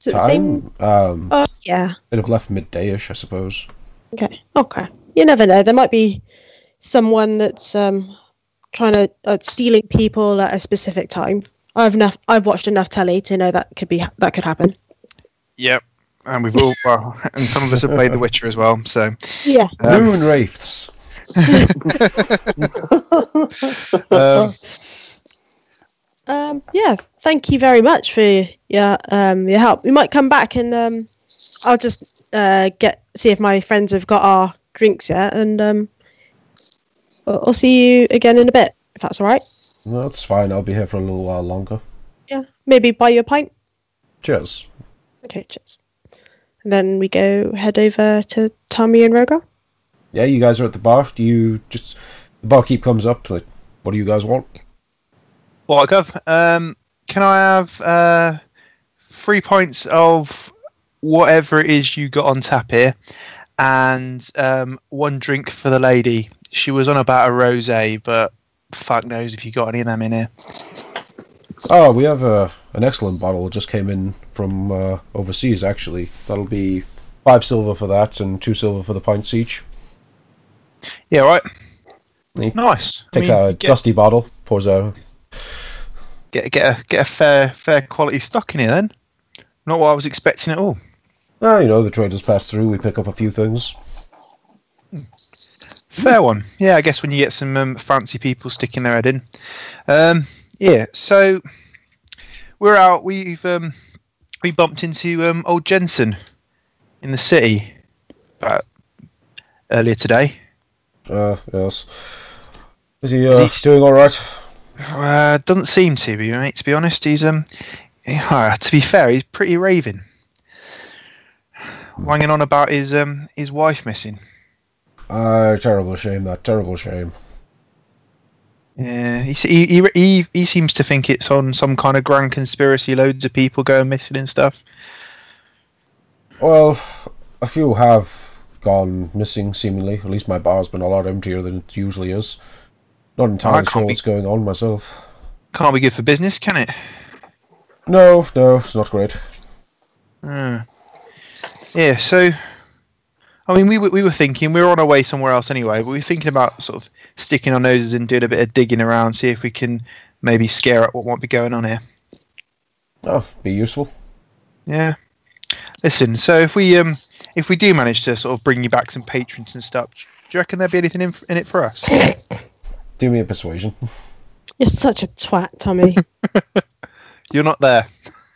Speaker 4: Is it the same?
Speaker 1: Time. Um,
Speaker 4: Oh, yeah.
Speaker 1: they'd have left midday-ish, I suppose.
Speaker 4: Okay. Okay. You never know. There might be someone that's um, trying to uh, stealing people at a specific time. I've enough. I've watched enough telly to know that could be that could happen.
Speaker 3: Yep. And we've all, well, and some of us have played The Witcher as well. So,
Speaker 4: Yeah.
Speaker 3: Um,
Speaker 1: Rune wraiths.
Speaker 3: Um,
Speaker 4: Um, yeah, thank you very much for your um, your help. We might come back and um, I'll just uh, get see if my friends have got our drinks yet, and um, I'll I'll see you again in a bit if that's all right.
Speaker 1: No, that's fine. I'll be here for a little while longer.
Speaker 4: Yeah, maybe buy you a pint.
Speaker 1: Cheers.
Speaker 4: Okay, cheers. And then we go head over to Tommy and Rogar.
Speaker 1: Yeah, you guys are at the bar. Do you just. The barkeep comes up, like, what do you guys want?
Speaker 3: Well, Gov, um, can I have uh, three pints of whatever it is you got on tap here, and um, one drink for the lady? She was on about a rosé, but fuck knows if you got any of them in here.
Speaker 1: Oh, we have a, an excellent bottle. It just came in from uh, overseas, actually. That'll be five silver for that and two silver for the pints each.
Speaker 3: Yeah, right.
Speaker 1: Yeah.
Speaker 3: Nice. I
Speaker 1: Takes
Speaker 3: mean,
Speaker 1: out a
Speaker 3: get,
Speaker 1: dusty bottle, pours out.
Speaker 3: get get a, get a fair fair quality stock in here then. Not what I was expecting at all.
Speaker 1: Ah, you know, the traders pass through. We pick up a few things.
Speaker 3: Fair one. Yeah, I guess when you get some um, fancy people sticking their head in. Um, yeah, so we're out. We've um, we bumped into um, old Jensen in the city uh, earlier today.
Speaker 1: Uh, yes. Is he,
Speaker 3: Is
Speaker 1: uh,
Speaker 3: he-
Speaker 1: doing all right?
Speaker 3: Uh, doesn't seem to be, mate. To be honest, he's um, yeah, to be fair, he's pretty raving, wanging on about his um his wife missing.
Speaker 1: Ah, terrible shame, that. Terrible shame.
Speaker 3: Yeah, he, se- he he he he seems to think it's on some kind of grand conspiracy. Loads of people going missing and stuff.
Speaker 1: Well, a few have gone missing, seemingly. At least my bar's been a lot emptier than it usually is. Not entirely
Speaker 3: can't
Speaker 1: sure
Speaker 3: be-
Speaker 1: what's going on myself.
Speaker 3: Can't be good for business, can it?
Speaker 1: No, no, it's not great.
Speaker 3: Uh, yeah. So, I mean, we were- we were thinking we were on our way somewhere else anyway, but we were thinking about sort of sticking our noses and doing a bit of digging around, see if we can maybe scare up what might be going on here.
Speaker 1: Oh, be useful.
Speaker 3: Yeah. Listen, so if we um if we do manage to sort of bring you back some patrons and stuff, do you reckon there'd be anything in, in it for us?
Speaker 1: Do me a persuasion.
Speaker 4: You're such a twat, Tommy.
Speaker 3: You're not there.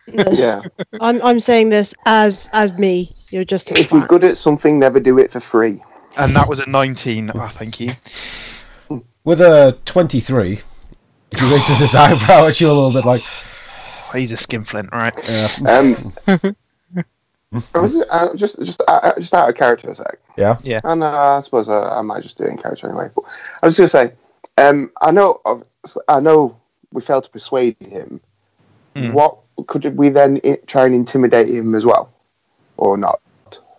Speaker 2: yeah.
Speaker 4: I'm I'm saying this as as me. You're just a
Speaker 2: If you're
Speaker 4: twat.
Speaker 2: good at something, never do it for free.
Speaker 3: And that was a 19. Ah, thank you.
Speaker 1: With a 23, he raises his eyebrow at you a little bit like,
Speaker 3: Oh, he's a skinflint, right?
Speaker 1: yeah,
Speaker 2: Um, I was uh, just just uh, just out of character a sec.
Speaker 1: yeah.
Speaker 2: And uh, I suppose uh, I might just do it in character anyway. But I was going to say, um, I know, I know, we failed to persuade him.
Speaker 3: Hmm.
Speaker 2: What could we then I- try and intimidate him as well, or not?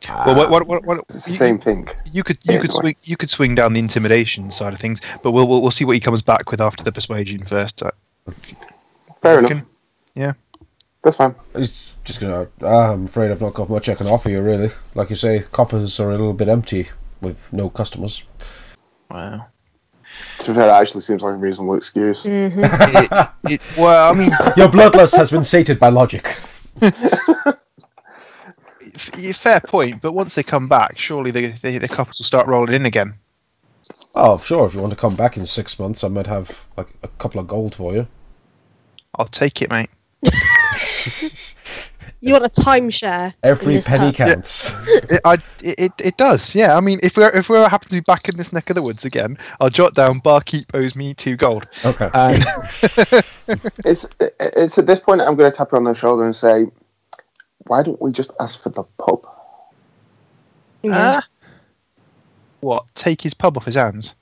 Speaker 3: Well, what, what, what, what,
Speaker 2: It's the
Speaker 3: you,
Speaker 2: same thing.
Speaker 3: you could you could swing you could swing down the intimidation side of things, but we'll we'll, we'll see what he comes back with after the persuasion first. Uh,
Speaker 2: Fair
Speaker 3: reckon?
Speaker 2: enough.
Speaker 3: Yeah.
Speaker 2: That's fine.
Speaker 1: He's just gonna. Ah, I'm afraid I've not got much I can offer you, really. Like you say, coffers are a little bit empty with no customers.
Speaker 3: Wow.
Speaker 2: To be fair, that actually seems like a reasonable excuse.
Speaker 3: It- it- well, I mean,
Speaker 1: Your bloodlust has been sated by logic.
Speaker 3: f- yeah, fair point, but once they come back, surely the, the, the couples will start rolling in again.
Speaker 1: Oh, sure. If you want to come back in six months, I might have like a couple of gold for you.
Speaker 3: I'll take it, mate.
Speaker 4: You want a timeshare? in
Speaker 1: Every
Speaker 4: this
Speaker 1: penny
Speaker 3: uh,
Speaker 4: pub.
Speaker 1: counts.
Speaker 3: It, I, it, it does, yeah. I mean, if we if we happen to be back in this neck of the woods again, I'll jot down barkeep owes me two gold.
Speaker 1: Okay.
Speaker 3: And
Speaker 2: It's it's at this point I'm going to tap you on the shoulder and say, why don't we just ask for the pub?
Speaker 4: Yeah.
Speaker 3: Ah. what? Take his pub off his hands.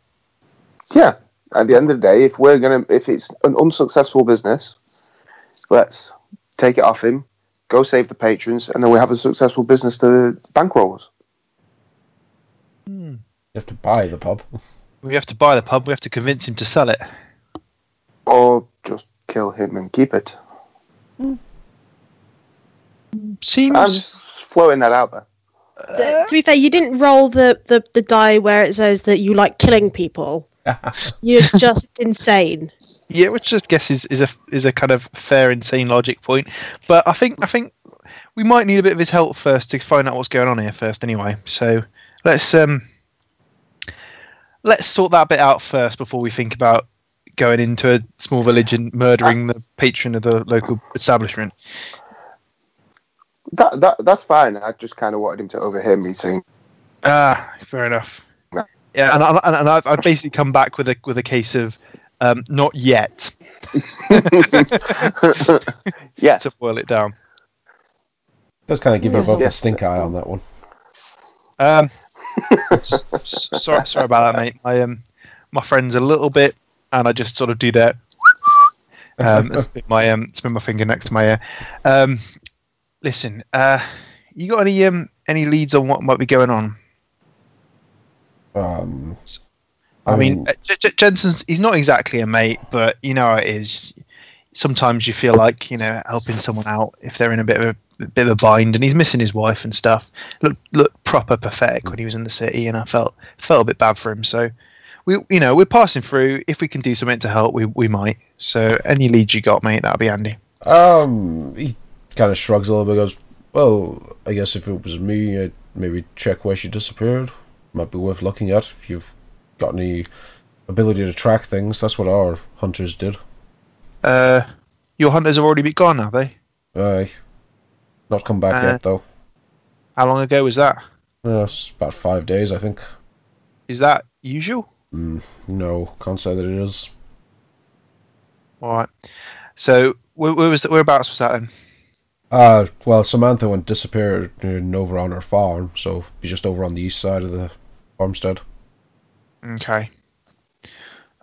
Speaker 2: Yeah. At the end of the day, if we're gonna, if it's an unsuccessful business, let's take it off him, go save the patrons, and then we have a successful business to bankroll us.
Speaker 1: You have to buy the pub.
Speaker 3: We have to buy the pub. We have to convince him to sell it.
Speaker 2: or just kill him and keep it.
Speaker 3: Seems.
Speaker 2: I'm just floating that out there.
Speaker 4: D- to be fair, you didn't roll the, the, the die where it says that you like killing people. You're just insane.
Speaker 3: Yeah, which I guess is, is a is a kind of fair insane logic point. But I think I think we might need a bit of his help first to find out what's going on here first anyway. So let's um let's sort that bit out first before we think about going into a small village and murdering the patron of the local establishment.
Speaker 2: That, that that's fine. I just kind of wanted him to overhear me saying,
Speaker 3: Ah, fair enough.
Speaker 2: Yeah.
Speaker 3: Yeah, and, I, and I've, I've basically come back with a with a case of um, not yet
Speaker 2: "Yeah,
Speaker 3: to boil it down.
Speaker 1: Does kind of give you both
Speaker 2: Yeah.
Speaker 1: a stink eye on that one.
Speaker 3: Um, s- s- sorry, sorry about that, mate. My um, my friend's a little bit, and I just sort of do that. Um, and spin my um, spin my finger next to my ear. Um, listen, uh, you got any um, any leads on what might be going on?
Speaker 1: Um,
Speaker 3: I mean, uh, J- J- Jensen's he's not exactly a mate, but you know how it is. Sometimes you feel like you know helping someone out if they're in a bit of a bit of a bind, and he's missing his wife and stuff. Look, look, proper pathetic when he was in the city, and I felt felt a bit bad for him. So, we you know we're passing through. If we can do something to help, we we might. So any leads you got, mate, that'll be handy.
Speaker 1: Um, he kind of shrugs a little bit. Goes, well, I guess if it was me, I'd maybe check where she disappeared. Might be worth looking at if you've got any ability to track things. That's what our hunters did.
Speaker 3: Uh, your hunters have already been gone, have they?
Speaker 1: Aye, not come back
Speaker 3: Uh.
Speaker 1: yet though.
Speaker 3: How long ago was that?
Speaker 1: Yeah, it's about five days, I think.
Speaker 3: Is that usual?
Speaker 1: No, can't say that it is.
Speaker 3: All right. So where, where was the, whereabouts was that then?
Speaker 1: Uh, well, Samantha went disappeared and over on her farm, so he's just over on the east side of the farmstead.
Speaker 3: Okay.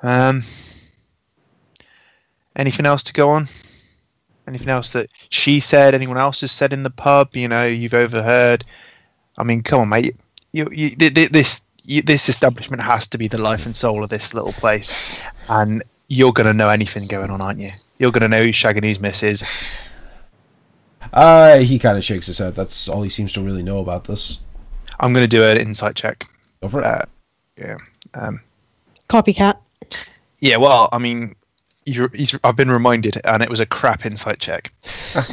Speaker 3: Um. Anything else to go on? Anything else that she said? Anyone else has said in the pub? You know, you've overheard. I mean, come on, mate. You, you, thi- thi- this, you, this establishment has to be the life and soul of this little place, and you're gonna know anything going on, aren't you? You're gonna know who's shagging who's misses.
Speaker 1: Uh, he kind of shakes his head. That's all he seems to really know about this.
Speaker 3: I'm gonna do an insight check.
Speaker 1: Over it.
Speaker 3: Uh, Yeah. Um,
Speaker 4: Copycat.
Speaker 3: Yeah, well, I mean, you're, he's, I've been reminded, and it was a crap insight check. And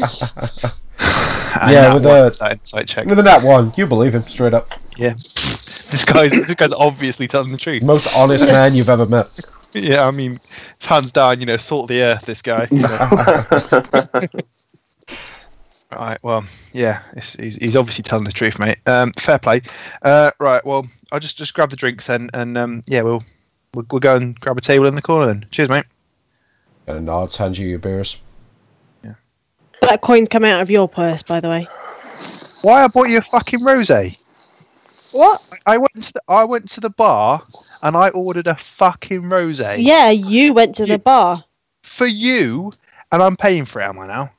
Speaker 1: Yeah,
Speaker 3: that
Speaker 1: with
Speaker 3: one-
Speaker 1: a-
Speaker 3: that insight check.
Speaker 1: With a nat one, you believe him straight up.
Speaker 3: Yeah, this guy's this guy's obviously telling the truth.
Speaker 1: Most honest man you've ever met.
Speaker 3: Yeah, I mean, hands down, you know, salt of the earth. This guy. right. Well, yeah, it's, he's, he's obviously telling the truth, mate. Um, fair play. Uh, right. Well, I'll just just grab the drinks then, and um, yeah, we'll, we'll we'll go and grab a table in the corner then. Cheers, mate.
Speaker 1: And a nod, hands you your beers.
Speaker 4: That coin's coming out of your purse, by the way.
Speaker 3: Why I bought you a fucking rosé?
Speaker 4: What?
Speaker 3: I went to the, I went to the bar and I ordered a fucking rosé
Speaker 4: Yeah, you went to
Speaker 3: You-
Speaker 4: the bar,
Speaker 3: for you, and I'm paying for it. Am I now?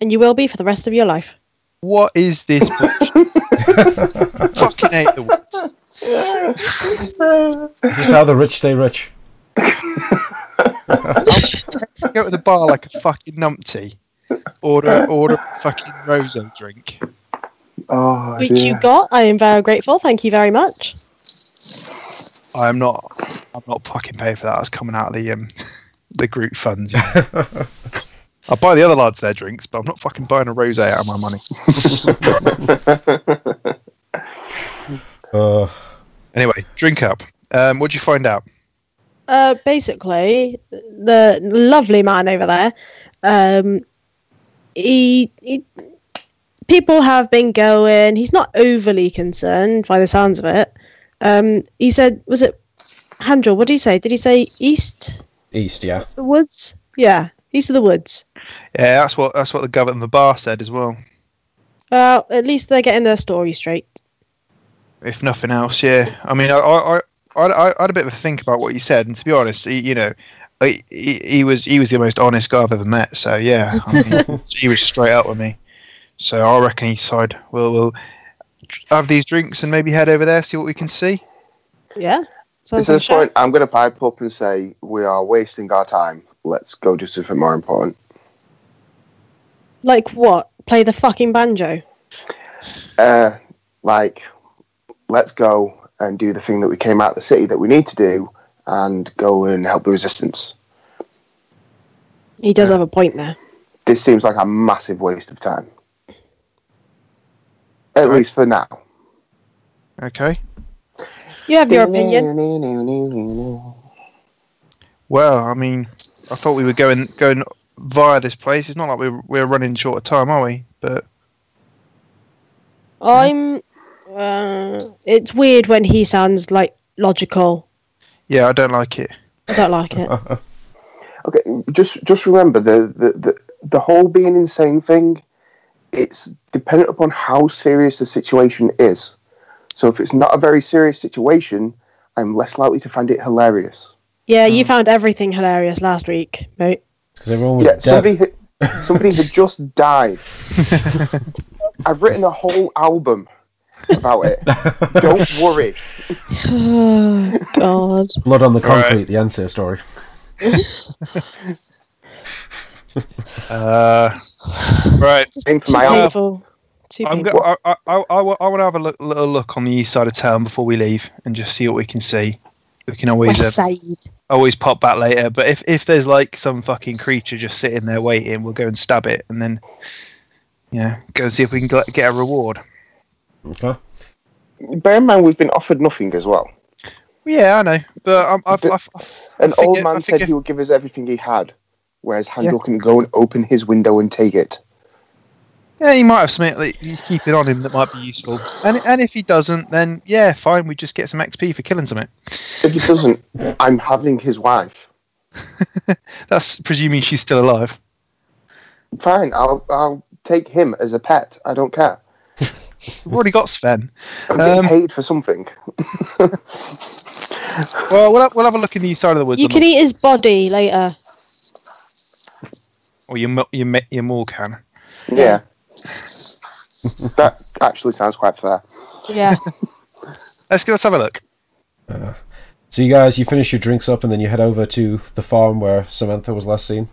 Speaker 4: and you will be for the rest of your life.
Speaker 3: What is this? bullshit? fucking hate the world.
Speaker 1: This is how the rich stay rich.
Speaker 3: Go to the bar like a fucking numpty. Order order a fucking rosé drink.
Speaker 2: "Oh,
Speaker 4: Which you got. I am very grateful. Thank you very much.
Speaker 3: I am not. I'm not fucking paying for that. That's coming out of the um the group funds. I'll buy the other lads their drinks, but I'm not fucking buying a rosé out of my money.
Speaker 1: Uh,
Speaker 3: Anyway, drink up. Um, what'd you find out?
Speaker 4: Uh, basically, the lovely man over there, um, he, he, people have been going. He's not overly concerned by the sounds of it. Um, he said, was it Handrel? What did he say? Did he say east
Speaker 1: east, yeah.
Speaker 4: the woods? Yeah, east of the woods.
Speaker 3: Yeah, that's what that's what the governor and the bar said as well.
Speaker 4: Well, at least they're getting their story straight.
Speaker 3: If nothing else, yeah. I mean, I I, I, I, I had a bit of a think about what he said, and to be honest, he, you know, he, he he was he was the most honest guy I've ever met. So yeah, I mean, he was straight up with me. So I reckon he side we'll we'll have these drinks and maybe head over there see what we can see.
Speaker 4: Yeah.
Speaker 2: At
Speaker 4: Sounds like a
Speaker 2: this
Speaker 4: show.
Speaker 2: point, I'm going to pipe up and say we are wasting our time. Let's go do something more important.
Speaker 4: Like what? Play the fucking banjo.
Speaker 2: Uh, like, let's go and do the thing that we came out of the city that we need to do, and go and help the resistance.
Speaker 4: He does have a point there.
Speaker 2: This seems like a massive waste of time. At least for now.
Speaker 3: Okay.
Speaker 4: You have your opinion.
Speaker 3: Well, I mean, I thought we were going going via this place. It's not like we're we're running short of time, are we? But
Speaker 4: I'm. Uh, it's weird when he sounds like logical.
Speaker 3: yeah, I don't like it.
Speaker 4: I don't like it.
Speaker 2: Okay, just just remember the the, the the whole being insane thing. It's dependent upon how serious the situation is. So if it's not a very serious situation, I'm less likely to find it hilarious.
Speaker 4: Yeah, you found everything hilarious last week, mate.
Speaker 1: Because everyone was
Speaker 2: Yeah,
Speaker 1: dead.
Speaker 2: somebody had, somebody had just died. I've written a whole album about it. Don't worry.
Speaker 4: Oh, God.
Speaker 1: Blood on the
Speaker 3: All right.
Speaker 1: concrete, the answer story.
Speaker 3: Uh, right.
Speaker 4: Just
Speaker 2: Aim for
Speaker 4: too
Speaker 2: my arm.
Speaker 4: painful. Too
Speaker 3: I'm
Speaker 4: painful.
Speaker 3: go- I, I, I, I, want to have a look, little look on the east side of town before we leave and just see what we can see. We can
Speaker 4: West
Speaker 3: always uh,
Speaker 4: Side.
Speaker 3: always pop back later, but if, if there's like some fucking creature just sitting there waiting, we'll go and stab it and then, yeah, go and see if we can get, get a reward.
Speaker 1: Okay.
Speaker 2: Bear in mind, we've been offered nothing as well.
Speaker 3: Yeah, I know, but um, I've, I've,
Speaker 2: An
Speaker 3: I think
Speaker 2: old
Speaker 3: it- I
Speaker 2: man
Speaker 3: think
Speaker 2: said
Speaker 3: it-
Speaker 2: he would give us everything he had, whereas Handel can go and open his window and take it.
Speaker 3: yeah, he might have something that he's keeping on him that might be useful, and and if he doesn't, then yeah, fine, we just get some XP for killing something.
Speaker 2: If he doesn't, I'm having his wife.
Speaker 3: That's presuming she's still alive.
Speaker 2: Fine, I'll I'll take him as a pet. I don't care.
Speaker 3: We've already got Sven.
Speaker 2: I'm getting
Speaker 3: Um,
Speaker 2: paid for something.
Speaker 3: Well, we'll have, we'll have a look in the east side of the woods.
Speaker 4: You
Speaker 3: on
Speaker 4: can eat his body later.
Speaker 3: Or your mo- your ma- your mall can.
Speaker 2: Yeah. that actually sounds quite fair.
Speaker 4: Yeah.
Speaker 3: Let's go- let's have a look.
Speaker 1: So you guys, you finish your drinks up, and then you head over to the farm where Samantha was last seen.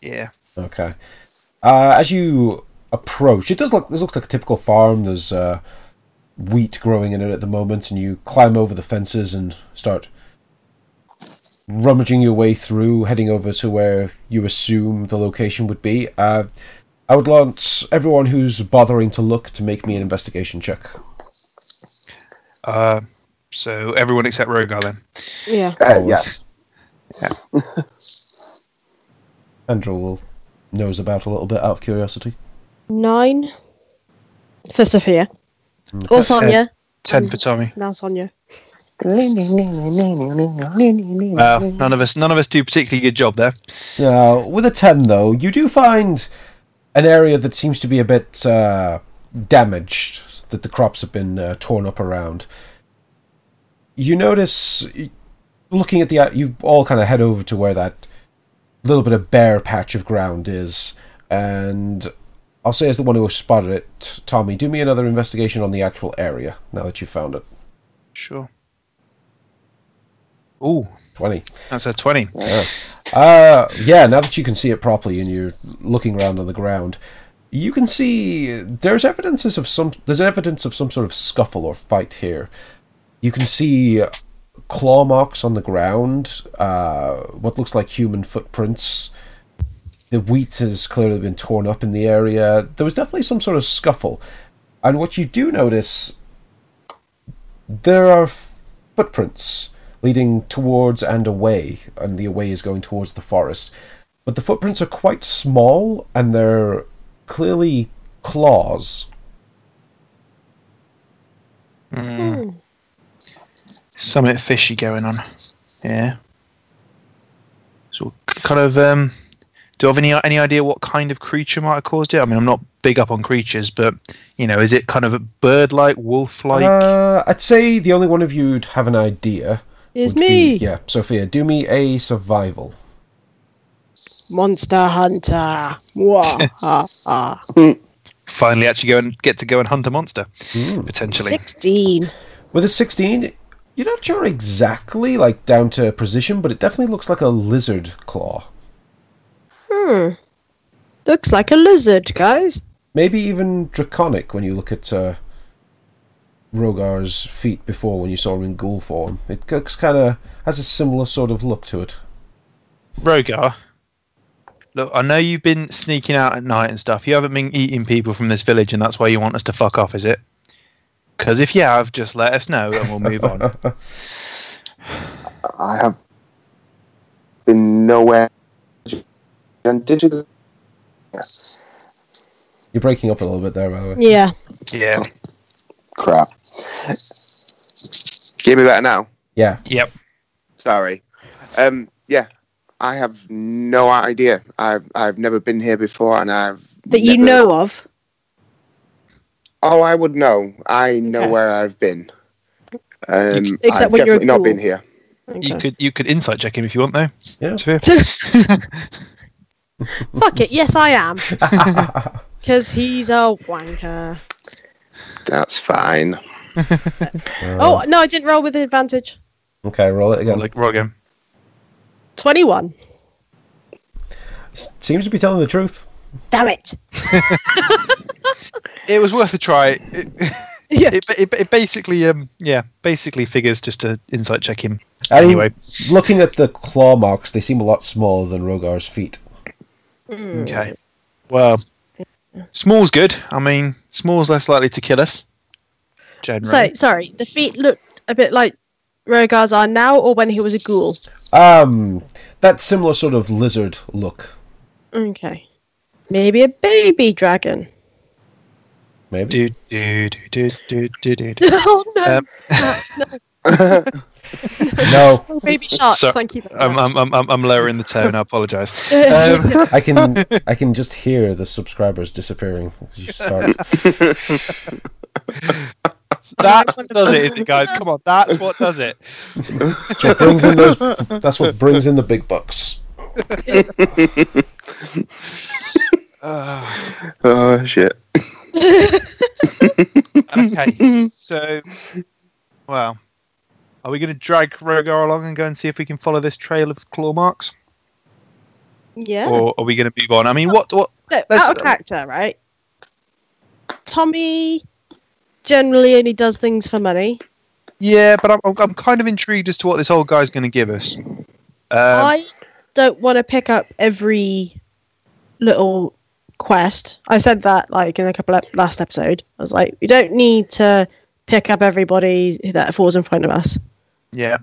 Speaker 3: Yeah.
Speaker 1: Okay. Uh, as you approach, it does look. This looks like a typical farm. There's uh, wheat growing in it at the moment, and you climb over the fences and start rummaging your way through, heading over to where you assume the location would be. Uh, I would want everyone who's bothering to look to make me an investigation check.
Speaker 3: Uh, so everyone except Rogar then.
Speaker 4: Yeah.
Speaker 2: Uh,
Speaker 1: Oh,
Speaker 2: yes.
Speaker 1: Andrew knows about a little bit out of curiosity.
Speaker 4: Nine for Sophia.
Speaker 1: Okay.
Speaker 4: Or Sonia.
Speaker 3: Ten for Tommy.
Speaker 4: Now Sonia.
Speaker 3: Well, none of us none of us do particularly good job there.
Speaker 1: Now, Uh, with a 10, though, you do find an area that seems to be a bit uh, damaged, that the crops have been uh, torn up around. You notice, y- looking at the. out- You all kind of head over to where that little bit of bare patch of ground is, and I'll say, as the one who spotted it, Tommy, do me another investigation on the actual area now that you've found it.
Speaker 3: Sure. Ooh,
Speaker 1: 20.
Speaker 3: that's a twenty.
Speaker 1: Uh, yeah, now that you can see it properly and you're looking around on the ground, you can see there's evidences of some there's evidence of some sort of scuffle or fight here. You can see claw marks on the ground, uh, what looks like human footprints. The wheat has clearly been torn up in the area. There was definitely some sort of scuffle. And what you do notice there are footprints leading towards and away, and the away is going towards the forest. But the footprints are quite small, and they're clearly claws.
Speaker 3: Something fishy going on. Yeah. So kind of um do you have any any idea what kind of creature might have caused it? I mean I'm not big up on creatures, but you know, is it kind of a bird like, wolf like?
Speaker 1: Uh, I'd say the only one of you'd have an idea.
Speaker 4: It's
Speaker 1: would
Speaker 4: me.
Speaker 1: be- yeah, Sophia, do me a survival.
Speaker 4: Monster Hunter. Mwah, ha, ha.
Speaker 3: finally actually go and get to go and hunt a monster potentially
Speaker 4: 16.
Speaker 1: With a 16, you're not sure exactly, like, down to precision, but it definitely looks like a lizard claw.
Speaker 4: Looks like a lizard, guys.
Speaker 1: maybe even draconic when you look at uh, Rogar's feet before when you saw him in ghoul form. It looks kind of has a similar sort of look to it.
Speaker 3: rogar look i know you've been sneaking out at night and stuff you haven't been eating people from this village and that's why you want us to fuck off is it Because if you have, just let us know and we'll move on.
Speaker 2: I have been nowhere. And did you? Yes.
Speaker 1: You're breaking up a little bit there, by the way.
Speaker 4: Yeah.
Speaker 3: Yeah.
Speaker 2: Crap. Give me better now.
Speaker 1: Yeah.
Speaker 3: Yep.
Speaker 2: Sorry. Um, yeah, I have no idea. I've I've never been here before, and I've
Speaker 4: That you
Speaker 2: never-
Speaker 4: know of.
Speaker 2: Oh, I would know. I know
Speaker 4: Okay.
Speaker 2: where I've been. Um,
Speaker 4: Except
Speaker 2: I've
Speaker 4: when you're a
Speaker 2: definitely not
Speaker 4: ghoul.
Speaker 2: been here.
Speaker 3: You
Speaker 4: Okay.
Speaker 3: could you could insight check him if you want though.
Speaker 1: Yeah.
Speaker 3: To-
Speaker 4: Fuck it. Yes, I am. Because he's a wanker.
Speaker 2: That's fine.
Speaker 4: Oh, no, I didn't roll with advantage.
Speaker 1: Uh, Okay, roll it again.
Speaker 3: like Rogan.
Speaker 4: 21.
Speaker 1: S- Seems to be telling the truth.
Speaker 4: Damn it.
Speaker 3: It was worth a try. It,
Speaker 4: Yeah.
Speaker 3: it, it, it basically um yeah basically figures just to insight check him.
Speaker 1: I mean,
Speaker 3: Anyway.
Speaker 1: looking at the claw marks, they seem a lot smaller than Rogar's feet.
Speaker 3: Okay. Well, small's good. I mean, small's less likely to kill us. Generally.
Speaker 4: So, sorry, the feet looked a bit like Rogar's are now or when he was a ghoul.
Speaker 1: Um, that similar sort of lizard look,
Speaker 4: Okay. Maybe a baby dragon.
Speaker 1: maybe.
Speaker 3: do do do do do do do. do.
Speaker 4: oh, no.
Speaker 3: Um,
Speaker 1: No,
Speaker 4: Oh, baby sharks.
Speaker 3: so- um,
Speaker 4: Thank you. very
Speaker 3: I'm,
Speaker 4: much.
Speaker 3: I'm, I'm- I'm, I'm lowering the tone. I apologise.
Speaker 1: um, I can I can just hear the subscribers disappearing as you start.
Speaker 3: That does it, is it, guys? Come on, that's what does it.
Speaker 1: So it brings in those. That's what brings in the big bucks.
Speaker 3: Uh,
Speaker 2: Oh shit.
Speaker 3: okay, so, well, are we going to drag Rogar along and go and see if we can follow this trail of claw marks,
Speaker 4: yeah.
Speaker 3: or are we going to move on? I mean, what what?
Speaker 4: Look,
Speaker 3: Let's-
Speaker 4: out of character, right? Tommy generally only does things for money.
Speaker 3: Yeah, but I'm I'm- I'm kind of intrigued as to what this old guy's going to give us. Um,
Speaker 4: I don't want to pick up every little quest. I said that like in a couple of last episode. I was like, we don't need to pick up everybody that falls in front of us.
Speaker 3: yeah,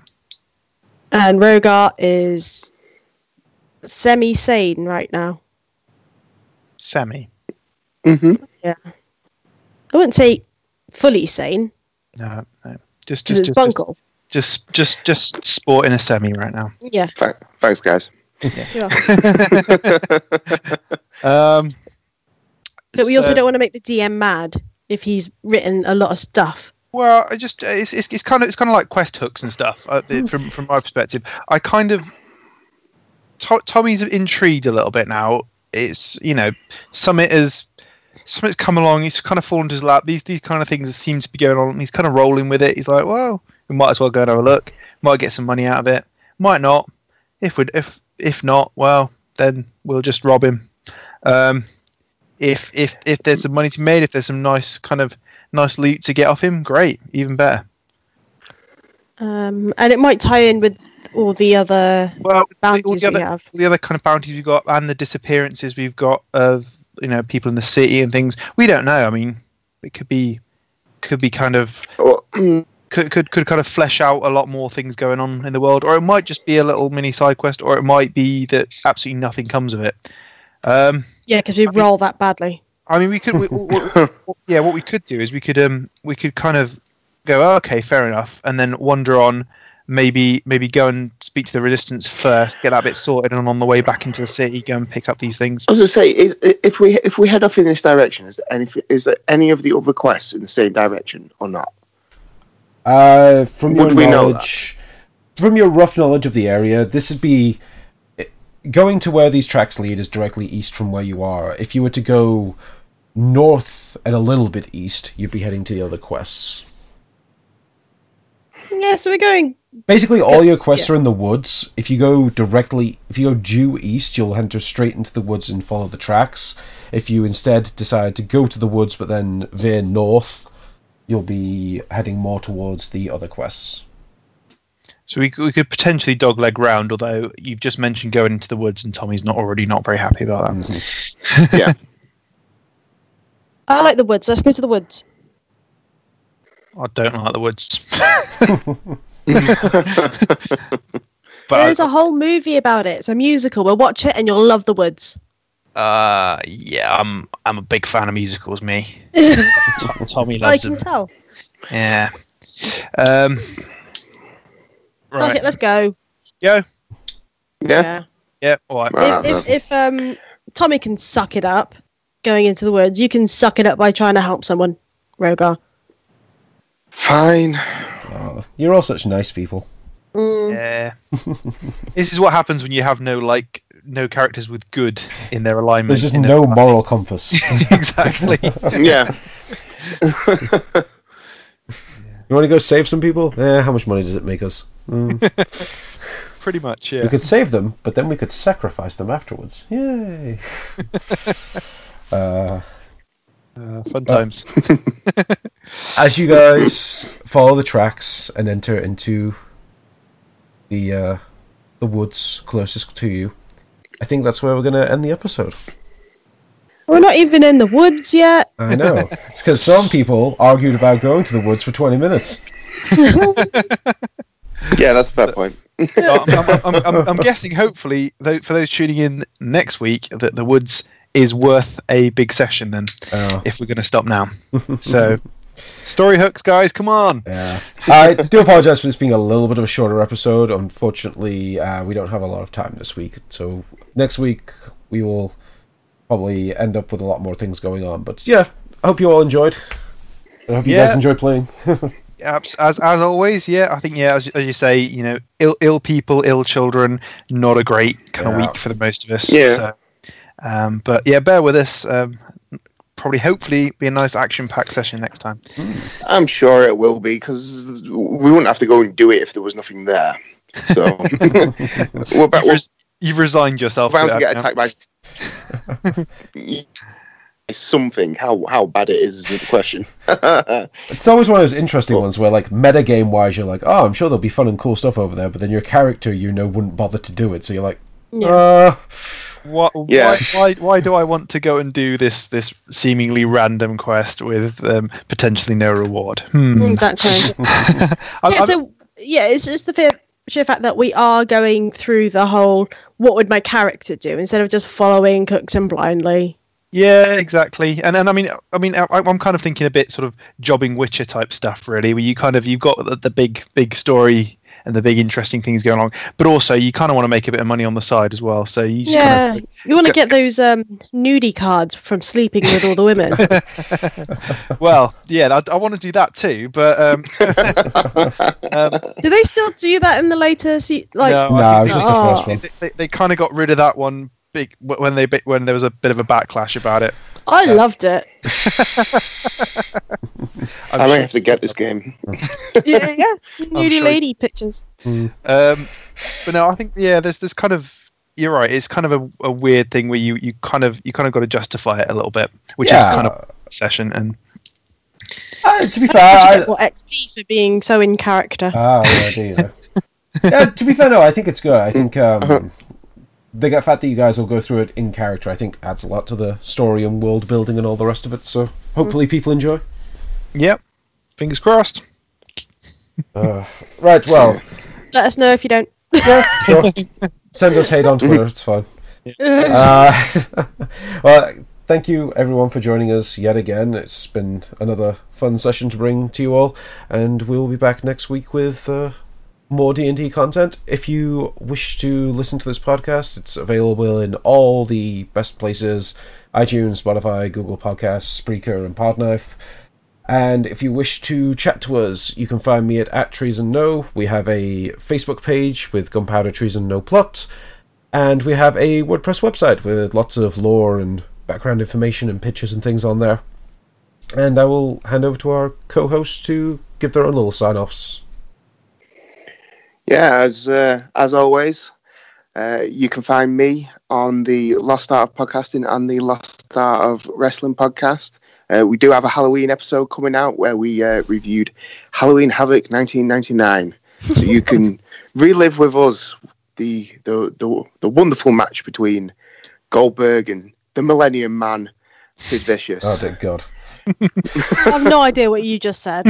Speaker 4: And Rogar is semi sane right now.
Speaker 3: Sammy.
Speaker 2: hmm
Speaker 4: I wouldn't say fully sane
Speaker 3: No, no, just
Speaker 4: because
Speaker 3: just
Speaker 4: it's
Speaker 3: just,
Speaker 4: Bunkle.
Speaker 3: just just just sporting a semi right now.
Speaker 4: Yeah.
Speaker 2: Thanks, guys.
Speaker 4: yeah.
Speaker 3: Um,
Speaker 4: But we also
Speaker 3: so-
Speaker 4: don't want to make the DM mad if he's written a lot of stuff.
Speaker 3: Well, I just uh, it's, it's, it's kind of it's kind of like quest hooks and stuff. Uh, the- from from my perspective, I kind of To- Tommy's intrigued a little bit now. It's you know Summit has Summit's come along. He's kind of fallen to his lap. These these kind of things seem to be going on. He's kind of rolling with it. He's like, well, we might as well go and have a look. Might get some money out of it. Might not. If we if if not, well then we'll just rob him. Um, if if if there's some money to be made, if there's some nice kind of nice loot to get off him, great, even better.
Speaker 4: Um, and it might tie in with all the other
Speaker 3: Well, all
Speaker 4: bounties
Speaker 3: the,
Speaker 4: we
Speaker 3: other,
Speaker 4: have.
Speaker 3: all the other kind of bounties we've got and the disappearances we've got of you know people in the city and things. We don't know. I mean, it could be could be kind of
Speaker 2: Well,
Speaker 3: could could, could kind of flesh out a lot more things going on in the world, or it might just be a little mini side quest, or it might be that absolutely nothing comes of it. Um,
Speaker 4: Yeah, because we roll that badly.
Speaker 3: I mean, we could. We, we, we- yeah, what we could do is we could um we could kind of go "Oh, okay, fair enough, and then wander on. Maybe maybe go and speak to the resistance first, get that bit sorted, and on the way back into the city, go and pick up these things.
Speaker 2: I was gonna say, is, if we if we head off in this direction, is there any is there any of the other quests in the same direction or not?
Speaker 1: Uh, from your
Speaker 2: Would we know
Speaker 1: knowledge, from your rough knowledge of the area, this would be eh, going to where these tracks lead is directly east from where you are. If you were to go north and a little bit east, you'd be heading to the other quests.
Speaker 4: Yeah, so we're going.
Speaker 1: Basically, all your quests are in the woods. If you go directly, if you go due east, you'll enter straight into the woods and follow the tracks. If you instead decide to go to the woods but then veer north, you'll be heading more towards the other quests.
Speaker 3: So we, c- we could potentially dogleg round, although you've just mentioned going into the woods, and Tommy's not already not very happy about that.
Speaker 4: I like the woods. Let's go to the woods.
Speaker 3: I don't like the woods.
Speaker 4: There's
Speaker 3: but
Speaker 4: a whole movie about it. It's a musical. Well, watch it and you'll love the woods.
Speaker 3: uh, yeah, I'm I'm a big fan of musicals. Me,
Speaker 4: I
Speaker 3: Tom- Tommy loves
Speaker 4: can
Speaker 3: them.
Speaker 4: tell.
Speaker 3: Yeah. Um.
Speaker 4: Fuck
Speaker 3: Right.
Speaker 4: it, let's go.
Speaker 3: Yo.
Speaker 2: Yeah.
Speaker 3: Yeah. All right.
Speaker 2: Right. Ah,
Speaker 4: if if, if um, Tommy can suck it up going into the woods, you can suck it up by trying to help someone, Rogar.
Speaker 2: Fine.
Speaker 1: Oh, you're all such nice people.
Speaker 4: Mm.
Speaker 3: Yeah. this is what happens when you have no like no characters with good in their alignment.
Speaker 1: There's just
Speaker 3: in a-
Speaker 1: no moral compass. you
Speaker 3: exactly.
Speaker 2: Yeah.
Speaker 1: want to go save some people? Eh, how much money does it make us? Mm.
Speaker 3: Pretty much.
Speaker 1: We
Speaker 3: Yeah.
Speaker 1: could save them, but then we could sacrifice them afterwards. Yay! uh,
Speaker 3: Uh, fun times.
Speaker 1: as you guys follow the tracks and enter into the uh, the woods closest to you, I think that's where we're going to end the episode.
Speaker 4: We're not even in the woods yet.
Speaker 1: I know it's because some people argued about going to the woods for twenty minutes.
Speaker 2: Yeah, that's a fair point.
Speaker 3: So I'm, I'm, I'm, I'm, I'm guessing, hopefully, though, for those tuning in next week, that the woods is worth a big session. Then,
Speaker 1: Oh.
Speaker 3: if we're going to stop now, so story hooks, guys, come on.
Speaker 1: Yeah. I do apologize for this being a little bit of a shorter episode. Unfortunately, uh, we don't have a lot of time this week, so next week we will probably end up with a lot more things going on. But yeah, I hope you all enjoyed. I hope you guys
Speaker 3: Yeah.
Speaker 1: enjoyed playing.
Speaker 3: Abs- As as always, yeah, I think yeah, as, as you say, you know, ill ill people, ill children, not a great kind of
Speaker 1: Yeah.
Speaker 3: week for the most of us.
Speaker 2: Yeah.
Speaker 3: So, um, but yeah, bear with us. Um, probably, hopefully, be a nice action-packed session next time.
Speaker 2: I'm sure it will be because we wouldn't have to go and do it if there was nothing there. So we're, about,
Speaker 3: You've,
Speaker 2: we're
Speaker 3: res- you've resigned yourself.
Speaker 2: bound
Speaker 3: it
Speaker 2: to get
Speaker 3: now.
Speaker 2: attacked by something. How how bad it is is the question.
Speaker 1: It's always one of those interesting ones where, like, metagame wise, you're like, oh, I'm sure there'll be fun and cool stuff over there, but then your character you know wouldn't bother to do it, so you're like,
Speaker 4: Yeah.
Speaker 1: uh,
Speaker 3: What,
Speaker 2: Yeah.
Speaker 3: why, why, why do I want to go and do this this seemingly random quest with um, potentially no reward? Hmm.
Speaker 4: Exactly.
Speaker 3: I-
Speaker 4: yeah,
Speaker 3: I-
Speaker 4: so yeah, it's just the fact, sheer fact that we are going through the whole what would my character do instead of just following Cookson blindly.
Speaker 3: yeah, exactly. And and I mean, I mean, I, I'm kind of thinking a bit sort of jobbing Witcher type stuff, really, where you kind of you've got the, the big big story and the big interesting things going on, but also you kind of want to make a bit of money on the side as well. So you just
Speaker 4: Yeah,
Speaker 3: kind
Speaker 4: you want to get those um, nudie cards from sleeping with all the women.
Speaker 3: of, well, yeah, I, I want to do that too, but um, um,
Speaker 4: do they still do that in the later se- like?
Speaker 3: No, I
Speaker 1: nah, it was
Speaker 3: think
Speaker 1: just the
Speaker 4: Oh.
Speaker 1: first
Speaker 3: they,
Speaker 1: one.
Speaker 3: they, they kind of got rid of that one big when they when there was a bit of a backlash about it.
Speaker 4: I loved it.
Speaker 2: I might have to get this game.
Speaker 4: Yeah, yeah, nudie
Speaker 3: sure-
Speaker 4: lady pictures.
Speaker 3: Um, but no, I think yeah, there's there's kind of you're right. It's kind of a, a weird thing where you, you kind of you kind of got to justify it a little bit, which
Speaker 1: Yeah.
Speaker 3: is kind of session and
Speaker 1: Uh, to be fair,
Speaker 4: Actually,
Speaker 1: I,
Speaker 4: get more XP for being so in character.
Speaker 1: Ah, yeah, there you go. yeah, to be fair, no, I think it's good. I think um, the fact that you guys will go through it in character, I think, adds a lot to the story and world building and all the rest of it. So hopefully, people enjoy.
Speaker 3: yeah, fingers crossed.
Speaker 1: Right, well,
Speaker 4: Let us know if you don't.
Speaker 1: sure. send us hate on Twitter. It's fine. Uh, well, thank you everyone for joining us yet again. It's been another fun session to bring to you all, and we will be back next week with uh, more D and D content. If you wish to listen to this podcast, it's available in all the best places: iTunes, Spotify, Google Podcasts, Spreaker, and Podknife. And if you wish to chat to us, you can find me at, at Trees and No. We have a Facebook page with Gunpowder Trees and No Plot. And we have a WordPress website with lots of lore and background information and pictures and things on there. And I will hand over to our co host to give their own little sign offs.
Speaker 2: Yeah, as uh, as always, uh, you can find me on the Lost Art of Podcasting and the Lost Art of Wrestling podcast. Uh, we do have a Halloween episode coming out where we uh, reviewed Halloween Havoc 1999, so you can relive with us the the the, the wonderful match between Goldberg and the Millennium Man, Sid Vicious.
Speaker 1: Oh, dear God.
Speaker 4: I have no idea what you just said.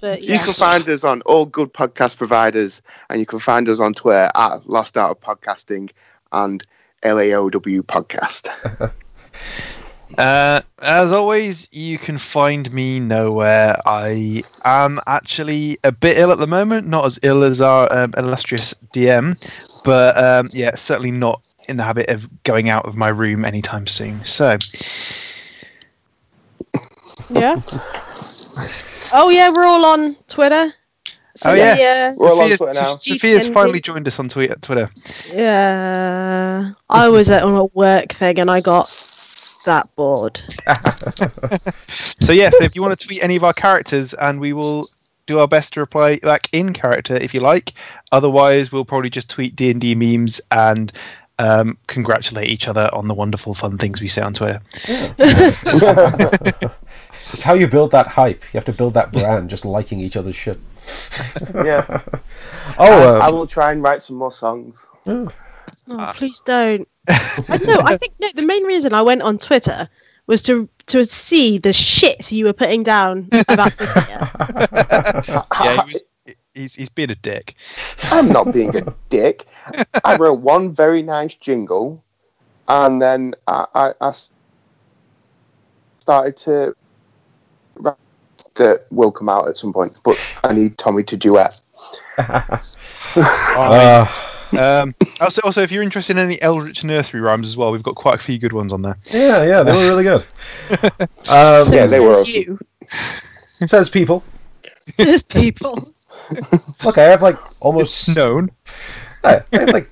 Speaker 4: But
Speaker 2: You
Speaker 4: yeah.
Speaker 2: can find us on all good podcast providers, and you can find us on Twitter at Lost Out of Podcasting and LAOW Podcast.
Speaker 3: Uh, as always, you can find me nowhere. I am actually a bit ill at the moment, not as ill as our um, illustrious DM, but um, yeah, certainly not in the habit of going out of my room anytime soon. So,
Speaker 4: Yeah. Oh yeah, we're all on Twitter. So
Speaker 3: Oh, yeah.
Speaker 4: yeah.
Speaker 2: We're all on Twitter now.
Speaker 3: Sophia's
Speaker 4: GTN,
Speaker 3: finally
Speaker 4: please.
Speaker 3: joined us on Twi- Twitter.
Speaker 4: Yeah. I was at on a work thing and I got that bored.
Speaker 3: So yeah, so if you want to tweet any of our characters, and we will do our best to reply back in character if you like. Otherwise, we'll probably just tweet D and D memes and um, congratulate each other on the wonderful fun things we say on Twitter.
Speaker 1: It's how you build that hype. You have to build that brand, just liking each other's shit.
Speaker 2: yeah,
Speaker 1: Oh, um,
Speaker 2: I will try and write some more songs.
Speaker 4: Oh,
Speaker 2: Ah.
Speaker 4: please don't. I know. I think no. The main reason I went on Twitter was to to see the shit you were putting down about Sophia.
Speaker 3: yeah, he was, he's he's being a dick.
Speaker 2: I'm not being a dick. I wrote one very nice jingle, and then I, I, I s- started to write that will come out at some point. But I need Tommy to duet.
Speaker 1: uh,
Speaker 3: Um, also, also, if you're interested in any Eldritch nursery rhymes as well, we've got quite a few good ones on there.
Speaker 1: yeah, yeah, they were really good. Um,
Speaker 4: So
Speaker 2: Yeah, they were
Speaker 4: says
Speaker 2: awesome.
Speaker 4: you.
Speaker 1: Says people.
Speaker 4: There's people.
Speaker 1: Look, I have like almost
Speaker 3: Known.
Speaker 1: I, I have like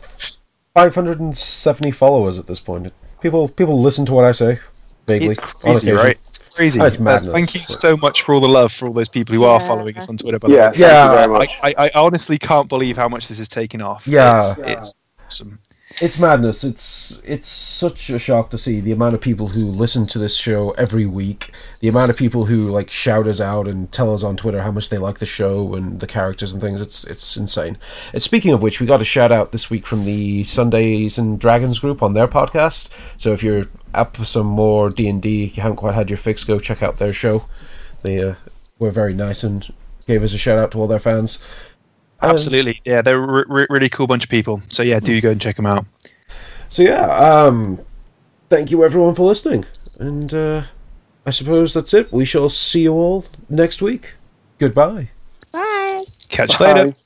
Speaker 1: 570 followers at this point. People people listen to what I say vaguely.
Speaker 3: It's
Speaker 1: on
Speaker 3: crazy,
Speaker 1: occasion.
Speaker 3: right? It's crazy.
Speaker 1: That's
Speaker 3: Uh,
Speaker 1: madness.
Speaker 3: Thank you so much for all the love for all those people who are
Speaker 4: Yeah.
Speaker 3: following us on Twitter. By the
Speaker 2: Yeah,
Speaker 3: way.
Speaker 1: Yeah,
Speaker 2: yeah, very
Speaker 3: I,
Speaker 2: much.
Speaker 3: I, I honestly can't believe how much this is taking off.
Speaker 1: Yeah.
Speaker 3: It's, it's awesome.
Speaker 1: It's madness. It's it's such a shock to see the amount of people who listen to this show every week, the amount of people who like shout us out and tell us on Twitter how much they like the show and the characters and things. It's it's insane. And speaking of which, we got a shout out this week from the Sundays and Dragons group on their podcast. So if you're up for some more D and D, you haven't quite had your fix, go check out their show. They uh, were very nice and gave us a shout out to all their fans.
Speaker 3: Absolutely. Yeah, they're a re- re- really cool bunch of people. So yeah, do go and check them out.
Speaker 1: So yeah, um, thank you everyone for listening, and uh, I suppose that's it. We shall see you all next week. Goodbye.
Speaker 4: Bye.
Speaker 3: Catch you later.
Speaker 2: Bye.